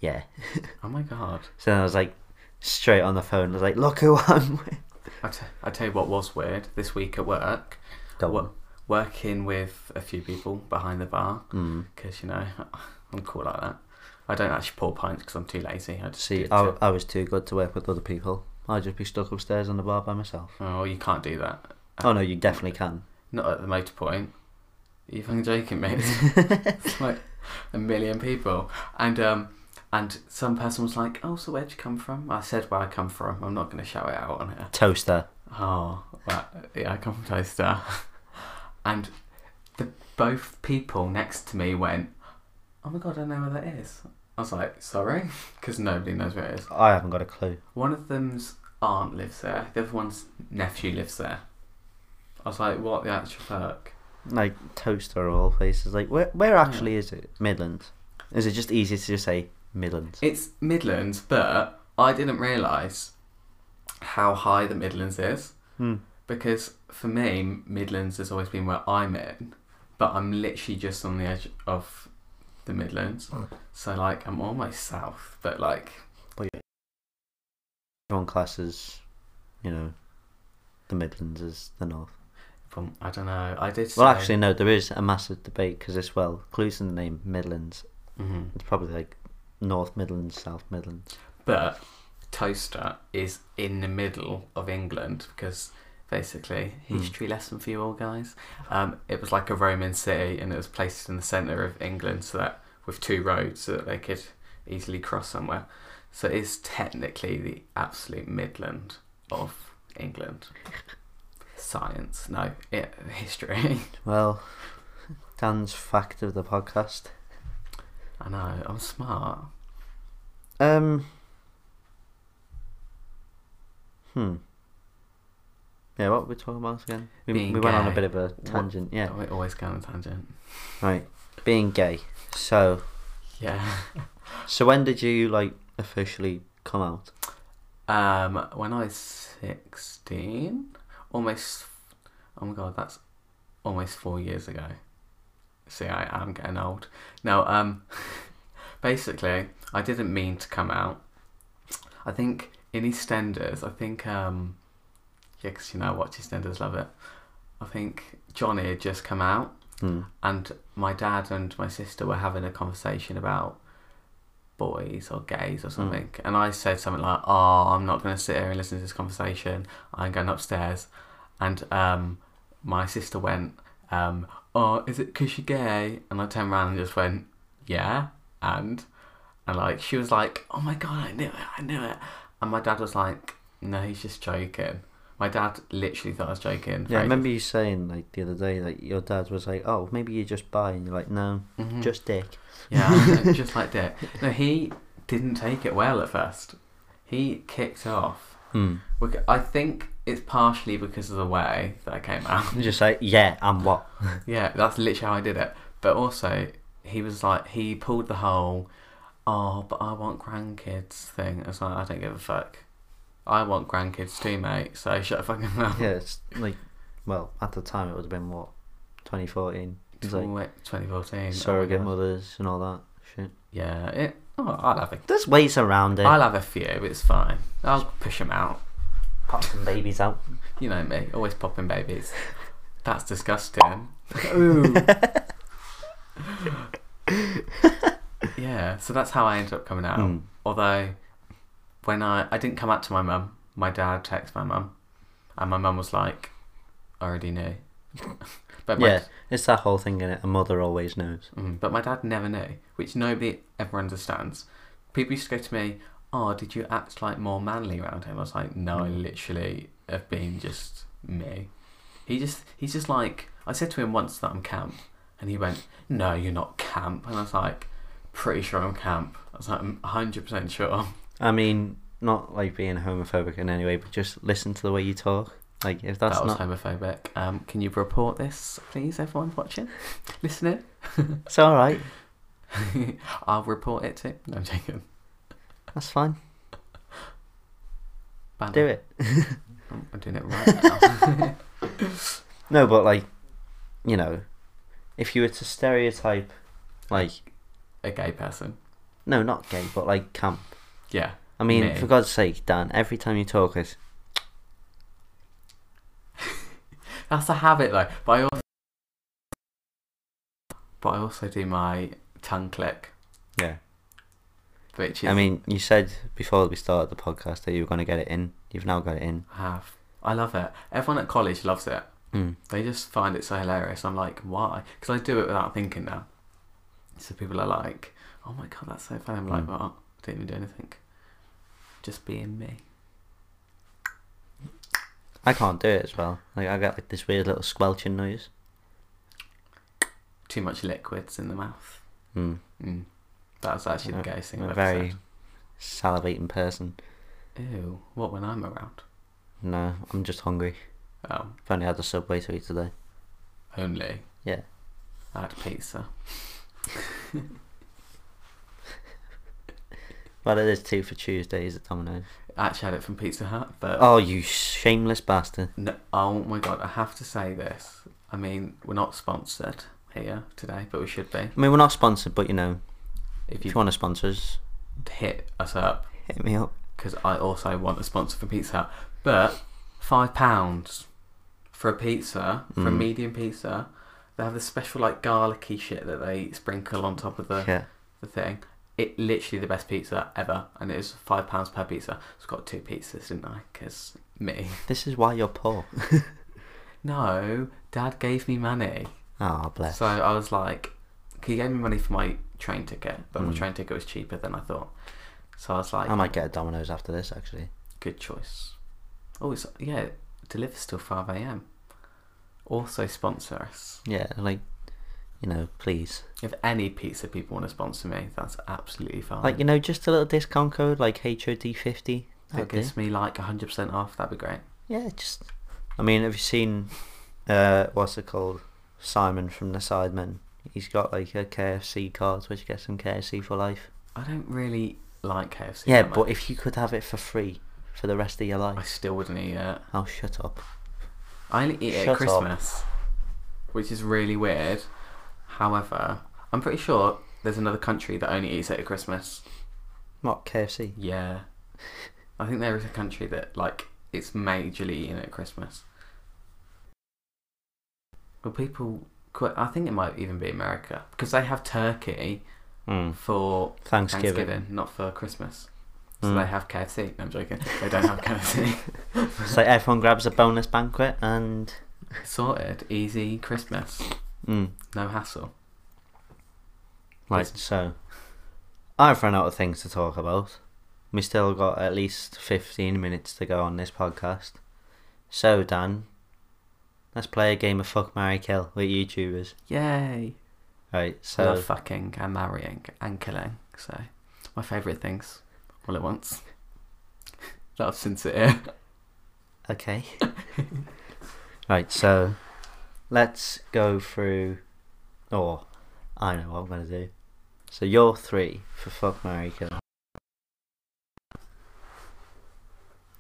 yeah. [laughs]
oh my god.
so then I was like, straight on the phone, I was like, look who I'm with.
I, t- I tell you what was weird this week at work.
Go
wo-
on.
working with a few people behind the bar because you know [laughs] I'm cool like that. I don't actually pour pints because I'm too lazy. I just
See, oh,
do
I,
to-
I was too good to work with other people. I'd just be stuck upstairs on the bar by myself.
oh, you can't do that.
Oh no, you definitely can.
Not at the motor point. Are you fucking joking, mate? [laughs] it's like a million people, and um, and some person was like, "Oh, so where'd you come from?" I said where I come from. I'm not going to shout it out on here.
Toaster.
Oh, well, yeah, I come from Toaster. [laughs] and the both people next to me went, Oh my god, I know where that is. I was like, Sorry? [laughs] Because nobody knows where it is.
I haven't got a clue.
One of them's aunt lives there, the other one's nephew lives there. I was like, What the actual fuck?
like toaster all places. Like where where actually is it? Midlands. Is it just easier to just say Midlands?
It's Midlands, but I didn't realise how high the Midlands is.
Hmm.
Because for me, Midlands has always been where I'm in, but I'm literally just on the edge of the Midlands.
Oh.
So, like, I'm almost south, but like,
Everyone classes, you know, the Midlands as the north.
from, I don't know. I did.
Well,
say-
actually, no. There is a massive debate because as well, clues in the name Midlands.
Mhm.
It's probably like North Midlands, South Midlands.
But Toaster is in the middle of England because basically.
Hmm.
History lesson for you all guys. Um, it was like a Roman city and it was placed in the centre of England so that with two roads so that they could easily cross somewhere. So it's technically the absolute midland of England. Science, no, yeah, history. [laughs]
Well, Dan's fact of the podcast.
I know, I'm smart.
Um. Hmm. Yeah, what were we talking about again? We,
Being
we went on a
gay.
bit of a
What-
tangent. Yeah.
We always go on a tangent.
Right. Being gay. So,
Yeah.
so when did you like officially come out?
Um, when I was 16, almost, oh my god, that's almost four years ago. See, I am getting old. No, um, [laughs] basically, I didn't mean to come out. I think in EastEnders, I think, um, yeah, 'cause you know, I watch EastEnders, love it. I think Johnny had just come out,
Hmm.
and my dad and my sister were having a conversation about boys or gays
Hmm.
or something and i said something like oh i'm not going to sit here and listen to this conversation i'm going upstairs and um, my sister went um, oh is it because you're gay and i turned around and just went yeah and and like she was like oh my god i knew it i knew it and my dad was like no he's just joking my dad literally thought i was joking
Yeah, I
Very-
remember you saying like the other day, like your dad was like, "Oh, maybe you just buy," and you're like, "No,
Mhm.
just dick." [laughs]
Yeah, just like that. No, he didn't take it well at first. He kicked off.
Hmm.
Bec- I think it's partially because of the way that I came out.
[laughs] You're Just like, yeah, and what?
yeah, that's literally how I did it. But also, he was like, he pulled the whole, oh, but I want grandkids thing. It's like, I don't give a fuck. I want grandkids too, mate. So shut the fucking
[laughs]
mouth.
yeah, it's like, well, at the time it would have been what, 2014.
[laughs]
It's like
Tw- 2014.
surrogate
oh my God.
mothers and all that shit.
Yeah, it, oh, I'll have a,
There's ways around it.
I'll have a few. It's fine. I'll push them out.
pop some babies out.
You know me, always popping babies. That's disgusting. [laughs] yeah, so that's how I ended up coming out.
Mm.
Although, when I I didn't come out to my mum, my dad texted my mum, and my mum was like, "I already knew." [laughs] but my,
Yeah, it's that whole thing in it. A mother always knows.
Mm, but my dad never knew, which nobody ever understands. People used to go to me, "Oh, did you act like more manly around him?" I was like, "No, I
Mm.
literally have been just me." He just he's just like I said to him once that I'm camp, and he went, "No, you're not camp," and I was like, "Pretty sure I'm camp." I was like, "I'm 100 percent sure."
I mean, not like being homophobic in any way, but just listen to the way you talk. Like, if that's
that was
not
homophobic. Um, can you report this, please, everyone
[laughs]
watching, listening?
it's all right.
I'll report it too. No, I'm joking.
That's fine.
Banner.
Do it. [laughs]
I'm I'm doing it right now. [laughs]
No, but like, you know, if you were to stereotype, like,
a gay person.
no, not gay, but like camp.
Yeah.
I mean,
Me.
for God's sake, Dan. Every time you talk, it's
That's a habit though. But I also, but I also do my tongue click,
yeah.
which is
I mean, you said before we started the podcast that you were going to get it in. You've now got it in.
I have. I love it. Everyone at college loves it.
Mm.
They just find it so hilarious. I'm like, why? Because I do it without thinking now. So people are like, oh my god, that's so funny. I'm
Mm.
like, what? I didn't even do anything. Just being me.
I can't do it as well. Like, I got like this weird little squelching noise.
Too much liquids in the mouth.
Mm.
Mm. That was actually the
I'm
gayest thing
I'm
I've
a
ever
very salivating person.
said. Ew. What when I'm around?
No, I'm just hungry.
Oh,
I've only had a subway to eat today.
only.
Yeah.
I had pizza.
Well, it is two for Tuesdays at Domino's.
actually had it from Pizza Hut, but
Oh, you shameless bastard.
no, oh my god, I have to say this. I mean, we're not sponsored here today, but we should be.
I mean, we're not sponsored, but you know,
If
if
you
you want to sponsor us,
hit us up,
hit me up.
because I also want a sponsor for Pizza Hut, but five pounds for a pizza, for a
Mm.
medium pizza. They have this special like garlicky shit that they sprinkle on top of the
Yeah.
the thing. It literally the best pizza ever, and it is five pounds per pizza. So I got two pizzas, didn't I? Because me. [laughs]
This is why you're poor. [laughs]
No, Dad gave me money.
Ah, bless.
So I was like, he gave me money for my train ticket, but
Hmm.
my train ticket was cheaper than I thought. So I was like,
I might get a Domino's after this, actually.
good choice. Oh, it's, yeah, it delivers till 5 a.m. Also, sponsor us.
Yeah, like, you know, please.
If any pizza people want to sponsor me, that's absolutely fine.
Like, you know, just a little discount code, like HOD50.
that
That'd do.
gives me like 100% off, that'd be great.
Yeah, just. I mean, have you seen, uh, what's it called? Simon from The Sidemen. He's got, like, a KFC card, which gets him KFC for life.
I don't really like KFC.
Yeah,
that
but
much.
if you could have it for free for the rest of your
I
life.
still wouldn't eat it.
Oh, shut up.
I only eat it
Shut
at
up.
Christmas, which is really weird. However, I'm pretty sure there's another country that only eats it at Christmas.
What, KFC?
Yeah, I think there is a country that like it's majorly eaten at Christmas. Well, people, quite, I think it might even be America because they have turkey
Mm.
for
Thanksgiving.
Thanksgiving, not for Christmas. So
Mm.
they have KFC. No, I'm joking. They don't have KFC.
So everyone grabs a bonus banquet and.
[laughs] Sorted, easy Christmas,
Mm.
no hassle.
Right, so I've run out of things to talk about. We still got at least 15 minutes to go on this podcast. So, Dan, let's play a game of Fuck Marry Kill with YouTubers.
Yay!
Right,
I
so
love fucking and marrying and killing. So, my favourite things all at once. [laughs] that I've since it here. [laughs]
Okay. right, so let's go through. Or, I know what I'm going to do. So you're three for Fuck Mary Kill.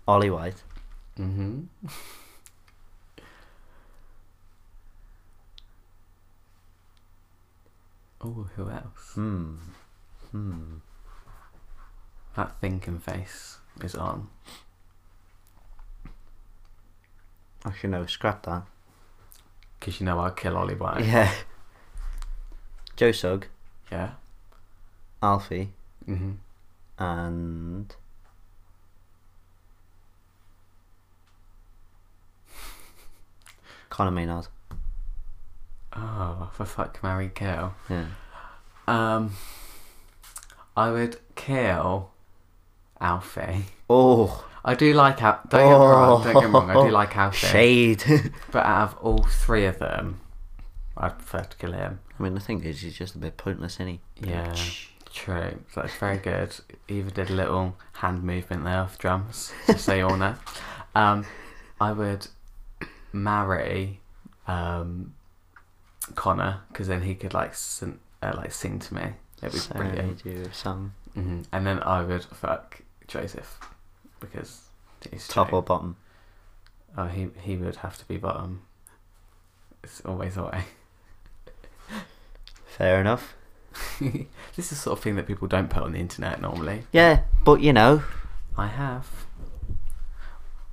Ollie White,
Mm-hmm. Oh, who else?
hmm, hmm,
That thinking face is on.
actually no, scrap that.
Because you know I'll kill Ollie White.
Yeah. Joe Sugg,
Yeah.
Alfie,
Mm-hmm.
and Connor Maynard.
Oh, for fuck, marry, kill.
Yeah.
Um, I would kill Alfie.
Oh,
I do like Al. Don't, get me wrong, don't get me wrong. I
Oh.
do like Alfie.
shade. [laughs]
But out of all three of them, I'd prefer to kill him.
I mean, the thing is, he's just a bit pointless, isn't he?
Yeah, true. So That's very good. He even did a little hand movement there off drums, just so you all know. Um, I would marry um, Connor because then he could like sing, uh, like sing to me. That'd be brilliant.
Brilliant. You song.
hmm And then I would fuck Joseph because he's
Top
straight.
or bottom?
Oh, he he would have to be bottom. It's always away.
Fair enough.
[laughs] this is the sort of thing that people don't put on the internet normally.
Yeah, but you know,
I have.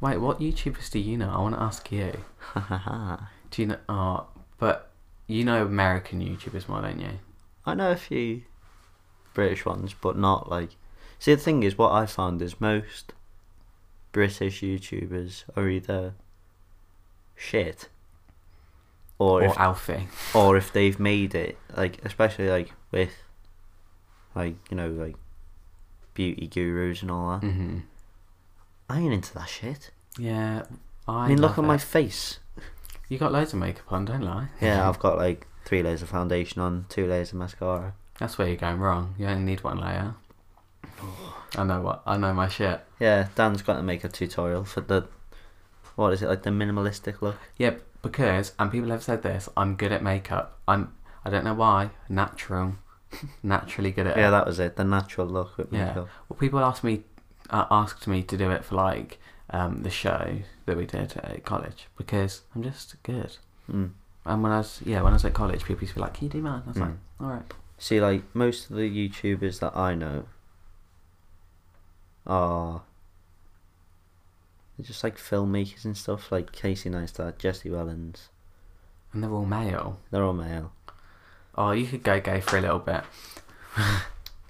Wait, what YouTubers do you know? I want to ask you. Do you know? Oh, but you know American YouTubers more, don't you?
I know a few British ones, but not like. See, the thing is, what I found is most British YouTubers are either shit, or
Or,
if,
Alfie.
or if they've made it, like especially like with, like you know, like beauty gurus and all that.
hmm
I ain't into that shit.
Yeah. I,
I mean, look
love
at
it.
my face.
You got loads of makeup on, don't lie.
Yeah, I've got like three layers of foundation on, two layers of mascara.
That's where you're going wrong. You only need one
[sighs]
layer. I know what. I know my shit.
Yeah, Dan's got to make a tutorial for the, what is it like the minimalistic look?
Yeah, because and people have said this. I'm good at makeup. I'm. I don't know why. Natural. [laughs] Naturally good at it.
Yeah, that was it. The natural look with
Yeah.
makeup.
Well, people asked me, uh, asked me to do it for like um, the show that we did at college because I'm just good.
Mm.
And when I was yeah, when I was at college, people used to be like, "Can you do mine?" I was like,
Mm.
"All right."
See, like most of the YouTubers that I know are they're just like filmmakers and stuff, like Casey Neistat, Jesse Wellens.
And they're all male.
They're all male.
Oh, you could go gay for a little bit.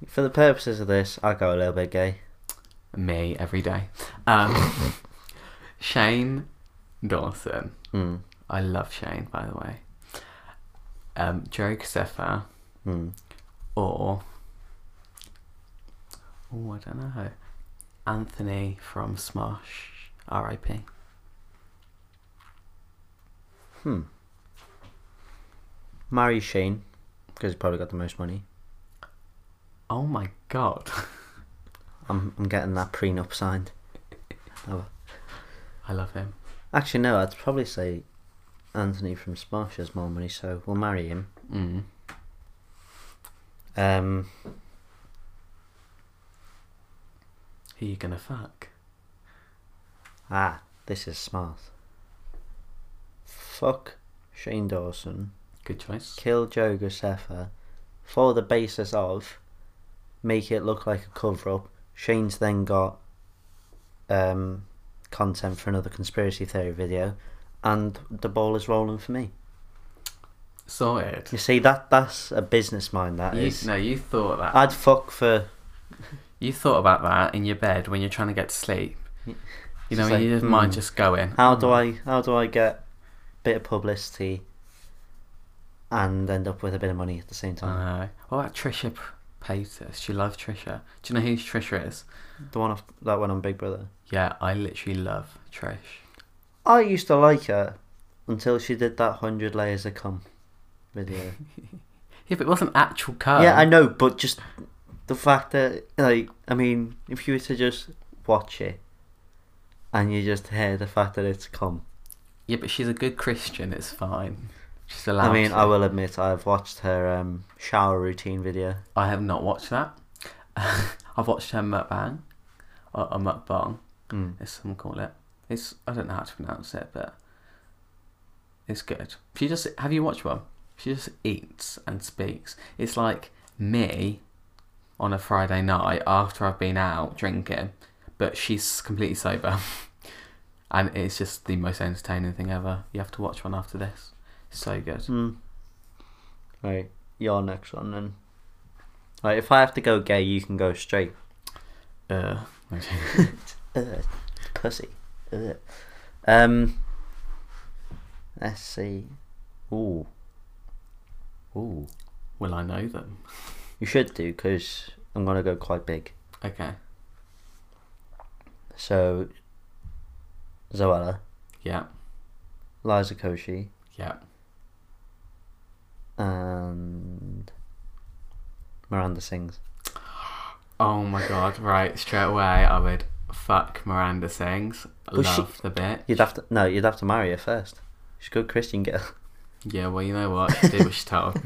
For the purposes of this, I'll go a little bit gay. [laughs]
Me every day. Um, Shane Dawson.
Hmm.
I love Shane, by the way. Um, Jerry Casefa.
Hmm.
Or. Oh, I don't know. Anthony from Smosh. R.I.P.
Marry Shane because he's probably got the most money.
Oh my god. [laughs]
I'm I'm getting that prenup signed. Oh.
I love him.
Actually, no, I'd probably say Anthony from Smosh has more money, so we'll marry him.
Mm.
Um,
Who you gonna fuck?
ah, this is smart. Fuck Shane Dawson,
Good choice.
kill Joe Graceffa for the basis of make it look like a cover up. Shane's then got um, content for another conspiracy theory video, and the ball is rolling for me.
Sorted.
You see that that's a business mind. That
You,
is.
no, you thought that.
I'd fuck for
You thought about that in your bed when you're trying to get to sleep. You know,
Just
when
like,
you didn't mind
hmm.
just going.
how do I how do I get bit of publicity and end up with a bit of money at the same time?
I know. Uh, What about Trisha P- Paytas? She loves Trisha. Do you know who Trisha is?
the one off that went on Big Brother.
Yeah, I literally love Trish.
I used to like her until she did that hundred layers of cum video.
Yeah, but it wasn't actual cum.
yeah, I know, but just the fact that like I mean, if you were to just watch it and you just hear the fact that it's cum.
Yeah, but she's a good Christian. It's fine. She's allowed.
I mean,
to.
I will admit I've watched her um, shower routine video.
I have not watched that. [laughs] I've watched her mukbang or a mukbang,
Mm.
as some call it. It's I don't know how to pronounce it, but it's good. She just have you watched one? She just eats and speaks. It's like me on a Friday night after I've been out drinking, but she's completely sober, [laughs] and it's just the most entertaining thing ever. You have to watch one after this. So good. [laughs]
Mm. Right, your next one then. Right, if I have to go gay, you can go straight.
Uh,
Ugh, pussy. Ugh. Um, let's see. Ooh, ooh.
will I know them?
You should do because I'm gonna go quite big.
Okay.
So, Zoella,
Yeah.
Liza Koshy,
Yeah.
and Miranda sings.
Oh my god, right, straight away I would fuck Miranda Sings.
Was she-
Love the bit.
You'd have to no, you'd have to marry her first. She's a good Christian girl. [laughs]
Yeah, well, you know what? She did what she told.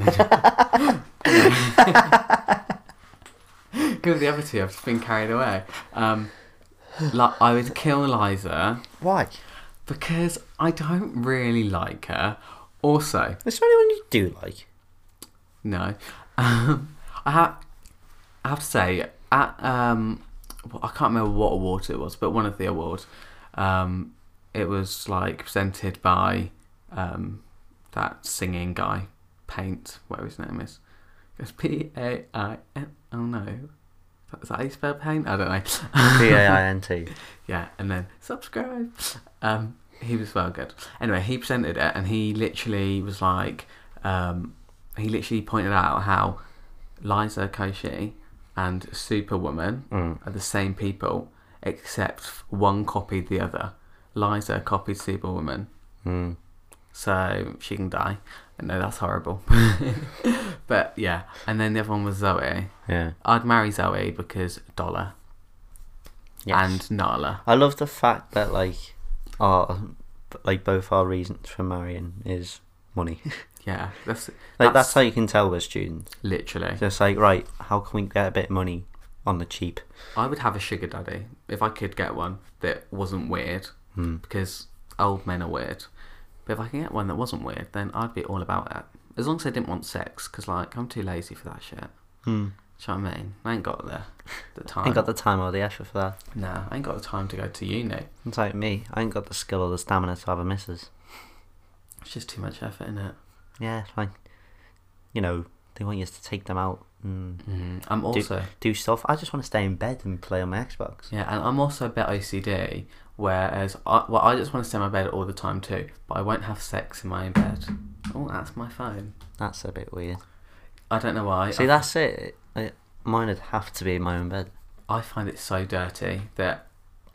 Because the other two have been carried away. Um, li- I would kill Liza
Why?
because I don't really like her. Also,
Is there anyone you do like?
No. [laughs] Um, I, ha- I have to say, at, um, well, I can't remember what award it was, but one of the awards, um, it was like presented by um, that singing guy, Paint, whatever his name is. It's P A I N. Oh no. Is that how you spell paint? I don't know. [laughs]
B A I N T.
Yeah, and then subscribe. Um, he was well good. Anyway, he presented it, and he literally was like, um, he literally pointed out how Liza Koshy and Superwoman
Mm.
are the same people, except one copied the other. Liza copied Superwoman,
Mm.
so she can die. No, that's horrible. [laughs] but yeah, and then the other one was Zoe.
Yeah.
I'd marry Zoe because Dollar
Yes.
and Nala.
I love the fact that like our like both our reasons for marrying is money. [laughs]
Yeah, that's
like that's, how you can tell we're students.
literally.
Just like right, how can we get a bit of money on the cheap?
I would have a sugar daddy if I could get one that wasn't weird,
Hmm.
because old men are weird. But if I can get one that wasn't weird, then I'd be all about it. As long as I didn't want sex, because like I'm too lazy for that shit. Do you know what I mean? I ain't got the the
I
time.
Hmm. [laughs] ain't got the time or the effort for that.
Nah, I ain't got the time to go to uni.
It's like me. I ain't got the skill or the stamina to have a missus.
It's just too much effort, innit?
Yeah, it's like you know, they want you to take them out and
Mm. I'm
do,
also
do stuff. I just want to stay in bed and play on my Xbox.
yeah, and I'm also a bit OCD, Whereas, I, well, I just want to stay in my bed all the time too, but I won't have sex in my own bed. Oh, that's my phone.
That's a bit weird.
I don't know why.
See,
I,
that's it. I, mine would have to be in my own bed.
I find it so dirty that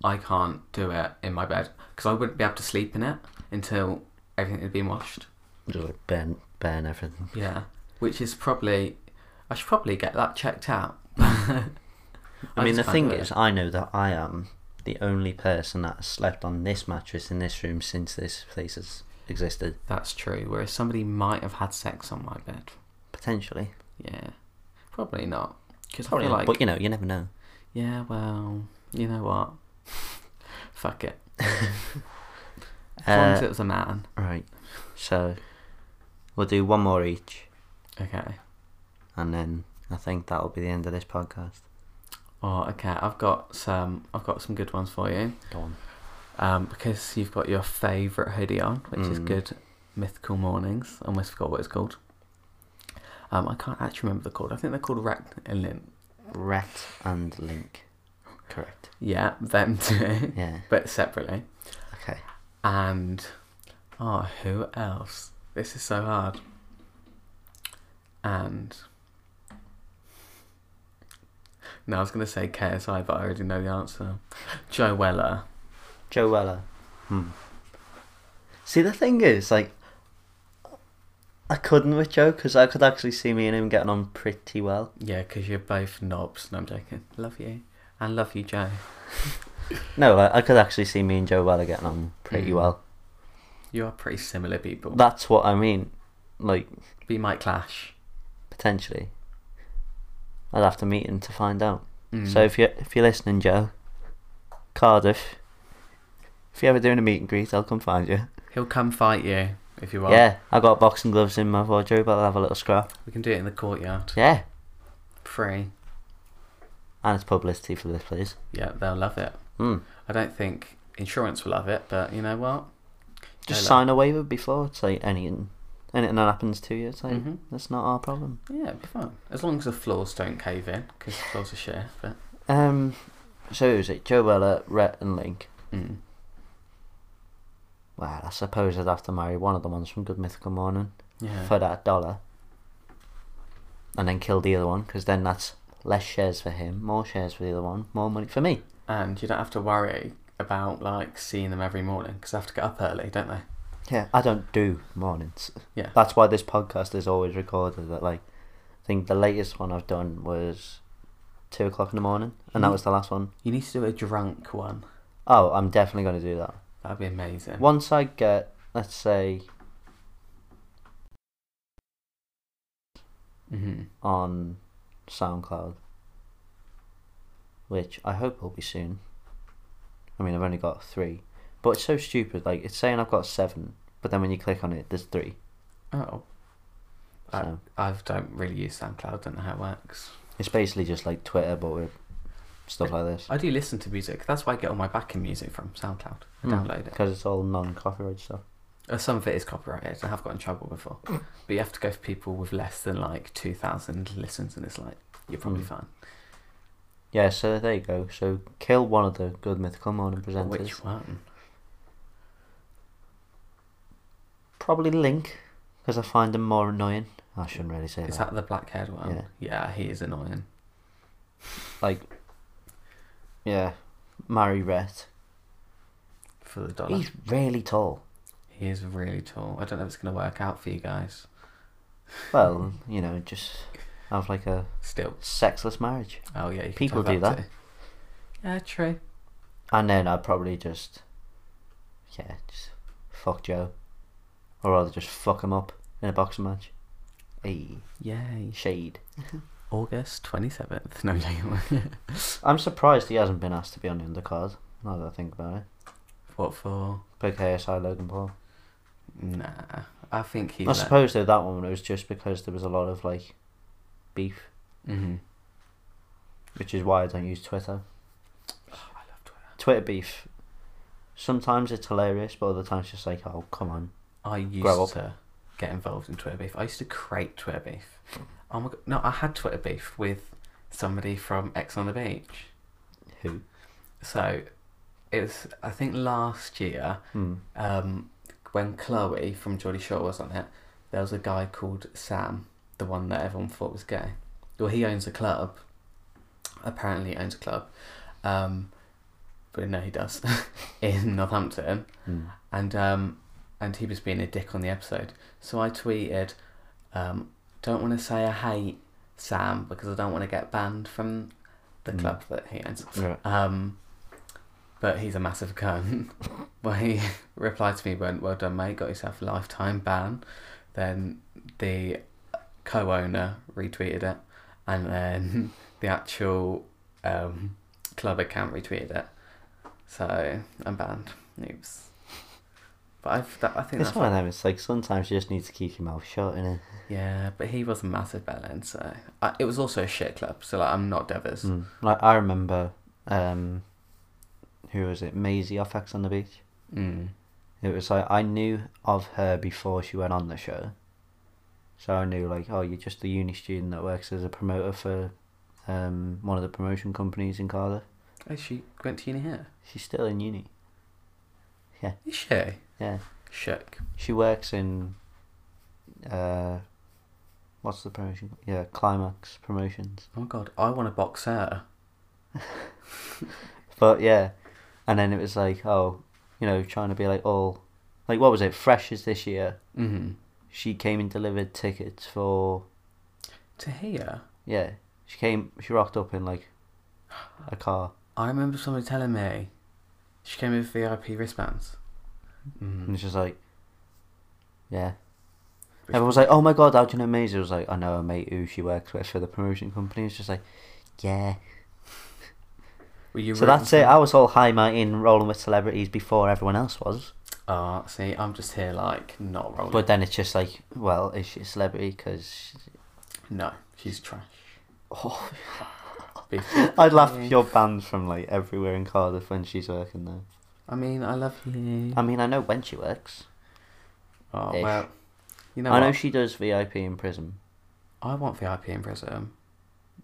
I can't do it in my bed because I wouldn't be able to sleep in it until everything had been washed.
Just like burn, burn everything.
Yeah, which is probably I should probably get that checked out. [laughs] I,
I, mean, the
just can't do
thing
it.
is, I know that I am the only person that has slept on this mattress in this room since this place has existed.
that's true. Whereas somebody might have had sex on my bed.
Potentially.
Yeah, probably not. Because I
Probably
feel
not,
like
but you know, you never know.
yeah, well, you know what? [laughs] Fuck it. As long as
Uh,
it was a man.
right. So, we'll do one more each,
Okay.
and then I think that'll be the end of this podcast.
Oh, okay. I've got some. I've got some good ones for you.
Go on.
Um, because you've got your favourite hoodie on, which is
Mm.
good. Mythical Mornings. I almost forgot what it's called. Um, I can't actually remember the called. I think they're called Rack and Lint.
Rhett and Link. Correct.
Yeah, them [laughs] too.
Yeah.
but separately.
Okay.
And oh, who else? This is so hard. And no, I was gonna say KSI, but I already know the answer. Joe Weller.
Joe Weller. Hmm. See, the thing is, like, I couldn't with Joe because I could actually see me and him getting on pretty well.
Yeah, because you're both knobs. No, I'm joking. Love you. I love you, Joe.
No, like, I could actually see me and Joe Weller getting on pretty
Mm.
well.
You are pretty similar people.
That's what I mean. Like,
we might clash.
potentially. I'd have to meet him to find out. So if you're, if you're listening, Joe, Cardiff, if you're ever doing a meet and greet, I'll come find you.
He'll come fight you if you want.
Yeah, I got boxing gloves in my wardrobe. I'll have a little scrap.
We can do it in the courtyard.
Yeah,
Free.
and it's publicity for this place.
Yeah, they'll love it.
Hmm.
I don't think insurance will love it, but you know what?
Just
Hello.
sign a waiver before it's like anything, anything that happens to you. It's like
Mhm.
that's not our problem.
Yeah, it'd be fun. As long as the floors don't cave in, because the floors are shit. But
Um, so who's it? Joe Weller, Rhett, and Link.
mm.
Well, I suppose I'd have to marry one of the ones from Good Mythical Morning
yeah,
for that dollar, and then kill the other one because then that's less shares for him, more shares for the other one, more money for me.
and you don't have to worry about like seeing them every morning because they have to get up early, don't they?
Yeah, I don't do mornings.
Yeah.
that's why this podcast is always recorded. At like, I think the latest one I've done was two o'clock in the morning, and that
Mhm.
was the last one.
You need to do a drunk one.
Oh, I'm definitely going to do that.
That'd be amazing.
Once I get, let's say,
hmm
on SoundCloud, which I hope will be soon. I mean, I've only got three, but it's so stupid. Like, it's saying I've got seven, but then when you click on it, there's three.
Oh,
So.
I, I don't really use SoundCloud. Don't know how it works.
It's basically just like Twitter, but with stuff like this.
I do listen to music. That's why I get all my backing music from SoundCloud. I
Hmm.
download it.
because it's all non-copyright stuff.
Uh, Some of it is copyrighted. I have got in trouble before. but you have to go for people with less than like two thousand listens, and it's like you're probably
Mm.
fine.
Yeah, so there you go. So kill one of the good mythical morning presenters.
Which one?
Probably Link, because I find him more annoying. Oh, I shouldn't really say
Is
that.
that the black haired one?
Yeah.
he is annoying.
Like, yeah, marry Rhett.
For the dollar.
He's really tall.
He is really tall. I don't know if it's going to work out for you guys.
Well, you know, just have like a
Still.
sexless marriage,
Oh, yeah. You can
People
tell
do that.
too. Yeah, true.
and then I'd probably just, yeah, just fuck Joe, or rather just fuck him up in a boxing match. Hey,
Yay.
shade.
August 27th. No, [laughs] no.
I'm surprised he hasn't been asked to be on the undercard. Now that I think about it,
what for?
big KSI Logan Paul.
Nah. I think he.
I suppose though that one it was just because there was a lot of like beef,
hmm
which is why I don't use Twitter.
Oh, I love Twitter.
Twitter beef. Sometimes it's hilarious, but other times it's just like, oh come on.
I used
Grow up.
to get involved in Twitter beef. I used to create Twitter beef. Oh my god. No, I had Twitter beef with somebody from X on the Beach.
Who?
So it's I think last year
Hmm.
um, when Chloe from Geordie Shore was on it, there was a guy called Sam, the one that everyone thought was gay. Well, he owns a club. Apparently, owns a club, um, but no, he does [laughs] in Northampton, and um, and he was being a dick on the episode. So I tweeted, um, "Don't want to say I hate Sam because I don't want to get banned from the club that he owns."
Right.
Um, but he's a massive cunt. [laughs] well, he replied to me, went, Well done, mate, got yourself a lifetime ban. Then the co owner retweeted it, and then [laughs] the actual um, club account retweeted it. So I'm banned. Oops. But I've, that, I think
It's
that's.
one of them. It's like sometimes you just need to keep your mouth shut, innit?
Yeah, but he was a massive bellend, so. I, it was also a shit club, so like, I'm not Devers.
Mm. Like I remember, um, who was it? Maisie off X on the Beach.
Mm.
It was like I knew of her before she went on the show, so I knew like, oh, you're just the uni student that works as a promoter for um, one of the promotion companies in Cardiff.
Oh, she went to uni here.
She's still in uni.
Is she?
Yeah,
Shook.
she works in. Uh, what's the promotion? Yeah, Climax Promotions.
Oh my god, I want to box her.
But yeah, and then it was like, oh, you know, trying to be like all, like what was it? Freshers this year.
Mm.
She came and delivered tickets for
To hear.
Yeah, she came. She rocked up in like a car,
I remember somebody telling me she came with VIP wristbands.
and it's just like, yeah. Everyone was like, "Oh my god, how do you know Maisie?" I was like, "I know a mate who she works with for the promotion company." It's just like, yeah.
Were you
So that's it. I was all high in rolling with celebrities before everyone else was.
Ah, see, I'm just here like not rolling.
But then it's just like, well, is she a celebrity? Because
no, she's trash.
oh,
Beef.
I'd laugh if you're banned from like everywhere in Cardiff when she's working there.
I mean, I love you.
I mean, I know when she works.
oh
ish.
well, you know.
I know
what?
she does VIP in prison.
I want VIP in prison.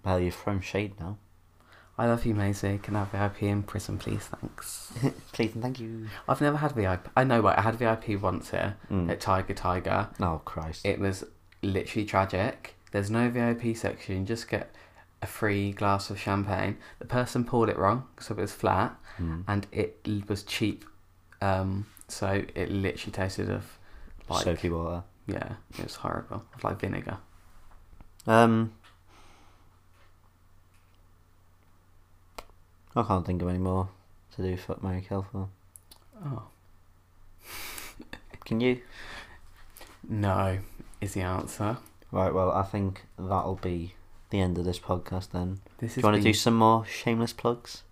Well, you're from Shade now. [laughs]
I love you, Maisie. Can I have VIP in prison, please? Thanks.
Please and thank you.
I've never had VIP. I know, right? I had VIP once here
Mm.
at Tiger Tiger.
Oh Christ!
It was literally tragic. There's no VIP section. You just get a free glass of champagne. The person poured it wrong, so it was flat,
Hmm.
and it l- was cheap. Um, so it literally tasted of like
soapy water.
yeah, it was horrible. Of like vinegar.
Um, I can't think of any more to do. Fuck Mary Kill for.
Oh
[laughs] Can you?
no, is the answer.
Right. Well, I think that'll be the end of this podcast. Then,
This
do you
is
want to do some more shameless plugs?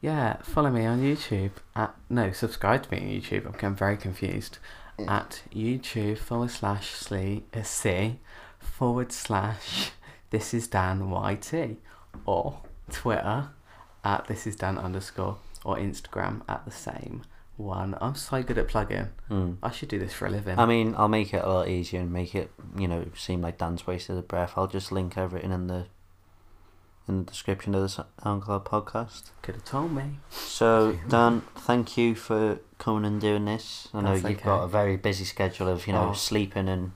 yeah. Follow me on YouTube at no. Subscribe to me on YouTube. I'm getting very confused.
Mm.
At YouTube forward slash slee uh, c forward slash this is Dan YT or Twitter at this is Dan underscore or Instagram at the same one. I'm so good at plugging.
Mm.
I should do this for a living.
I mean, I'll make it a lot easier and make it, you know, seem like Dan's wasted a breath. I'll just link everything in the in the description of the Sa- SoundCloud podcast.
Could have told me.
So Dan, thank you for coming and doing this. I know
That's
you've
okay.
got a very busy schedule of you know
Oh.
sleeping and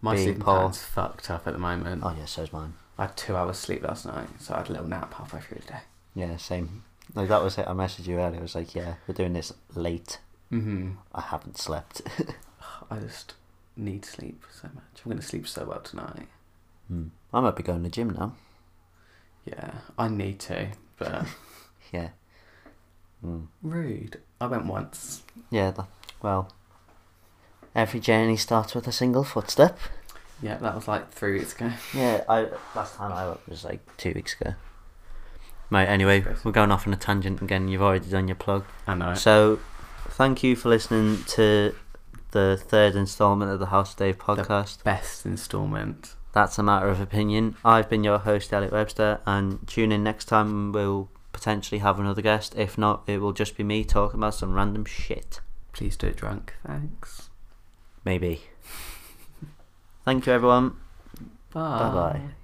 My
Being
sleeping
poor.
pattern's fucked up at the moment.
oh yeah, so's mine.
I had two hours sleep last night, so I had a little nap halfway through the day.
Yeah, same. Like that was it. I messaged you earlier. I was like, yeah, we're doing this late.
Mm-hmm.
I haven't slept. [laughs]
I just need sleep so much. I'm going to sleep so well tonight.
I might be going to the gym now.
Yeah, I need to, [laughs] but
Yeah,
rude. I went once.
yeah. That, well, every journey starts with a single footstep.
Yeah, that was like three weeks ago.
Yeah, I last time I went was like two weeks ago. Mate, anyway, we're going off on a tangent again. You've already done your plug.
I know.
So, thank you for listening to the third installment of the House Dave
the
podcast.
best installment.
That's a matter of opinion. I've been your host, Elliot Webster, and tune in next time. We'll potentially have another guest. If not, it will just be me talking about some random shit.
Please do it drunk. Thanks.
Maybe. Thank you, everyone.
Bye.
Bye-bye.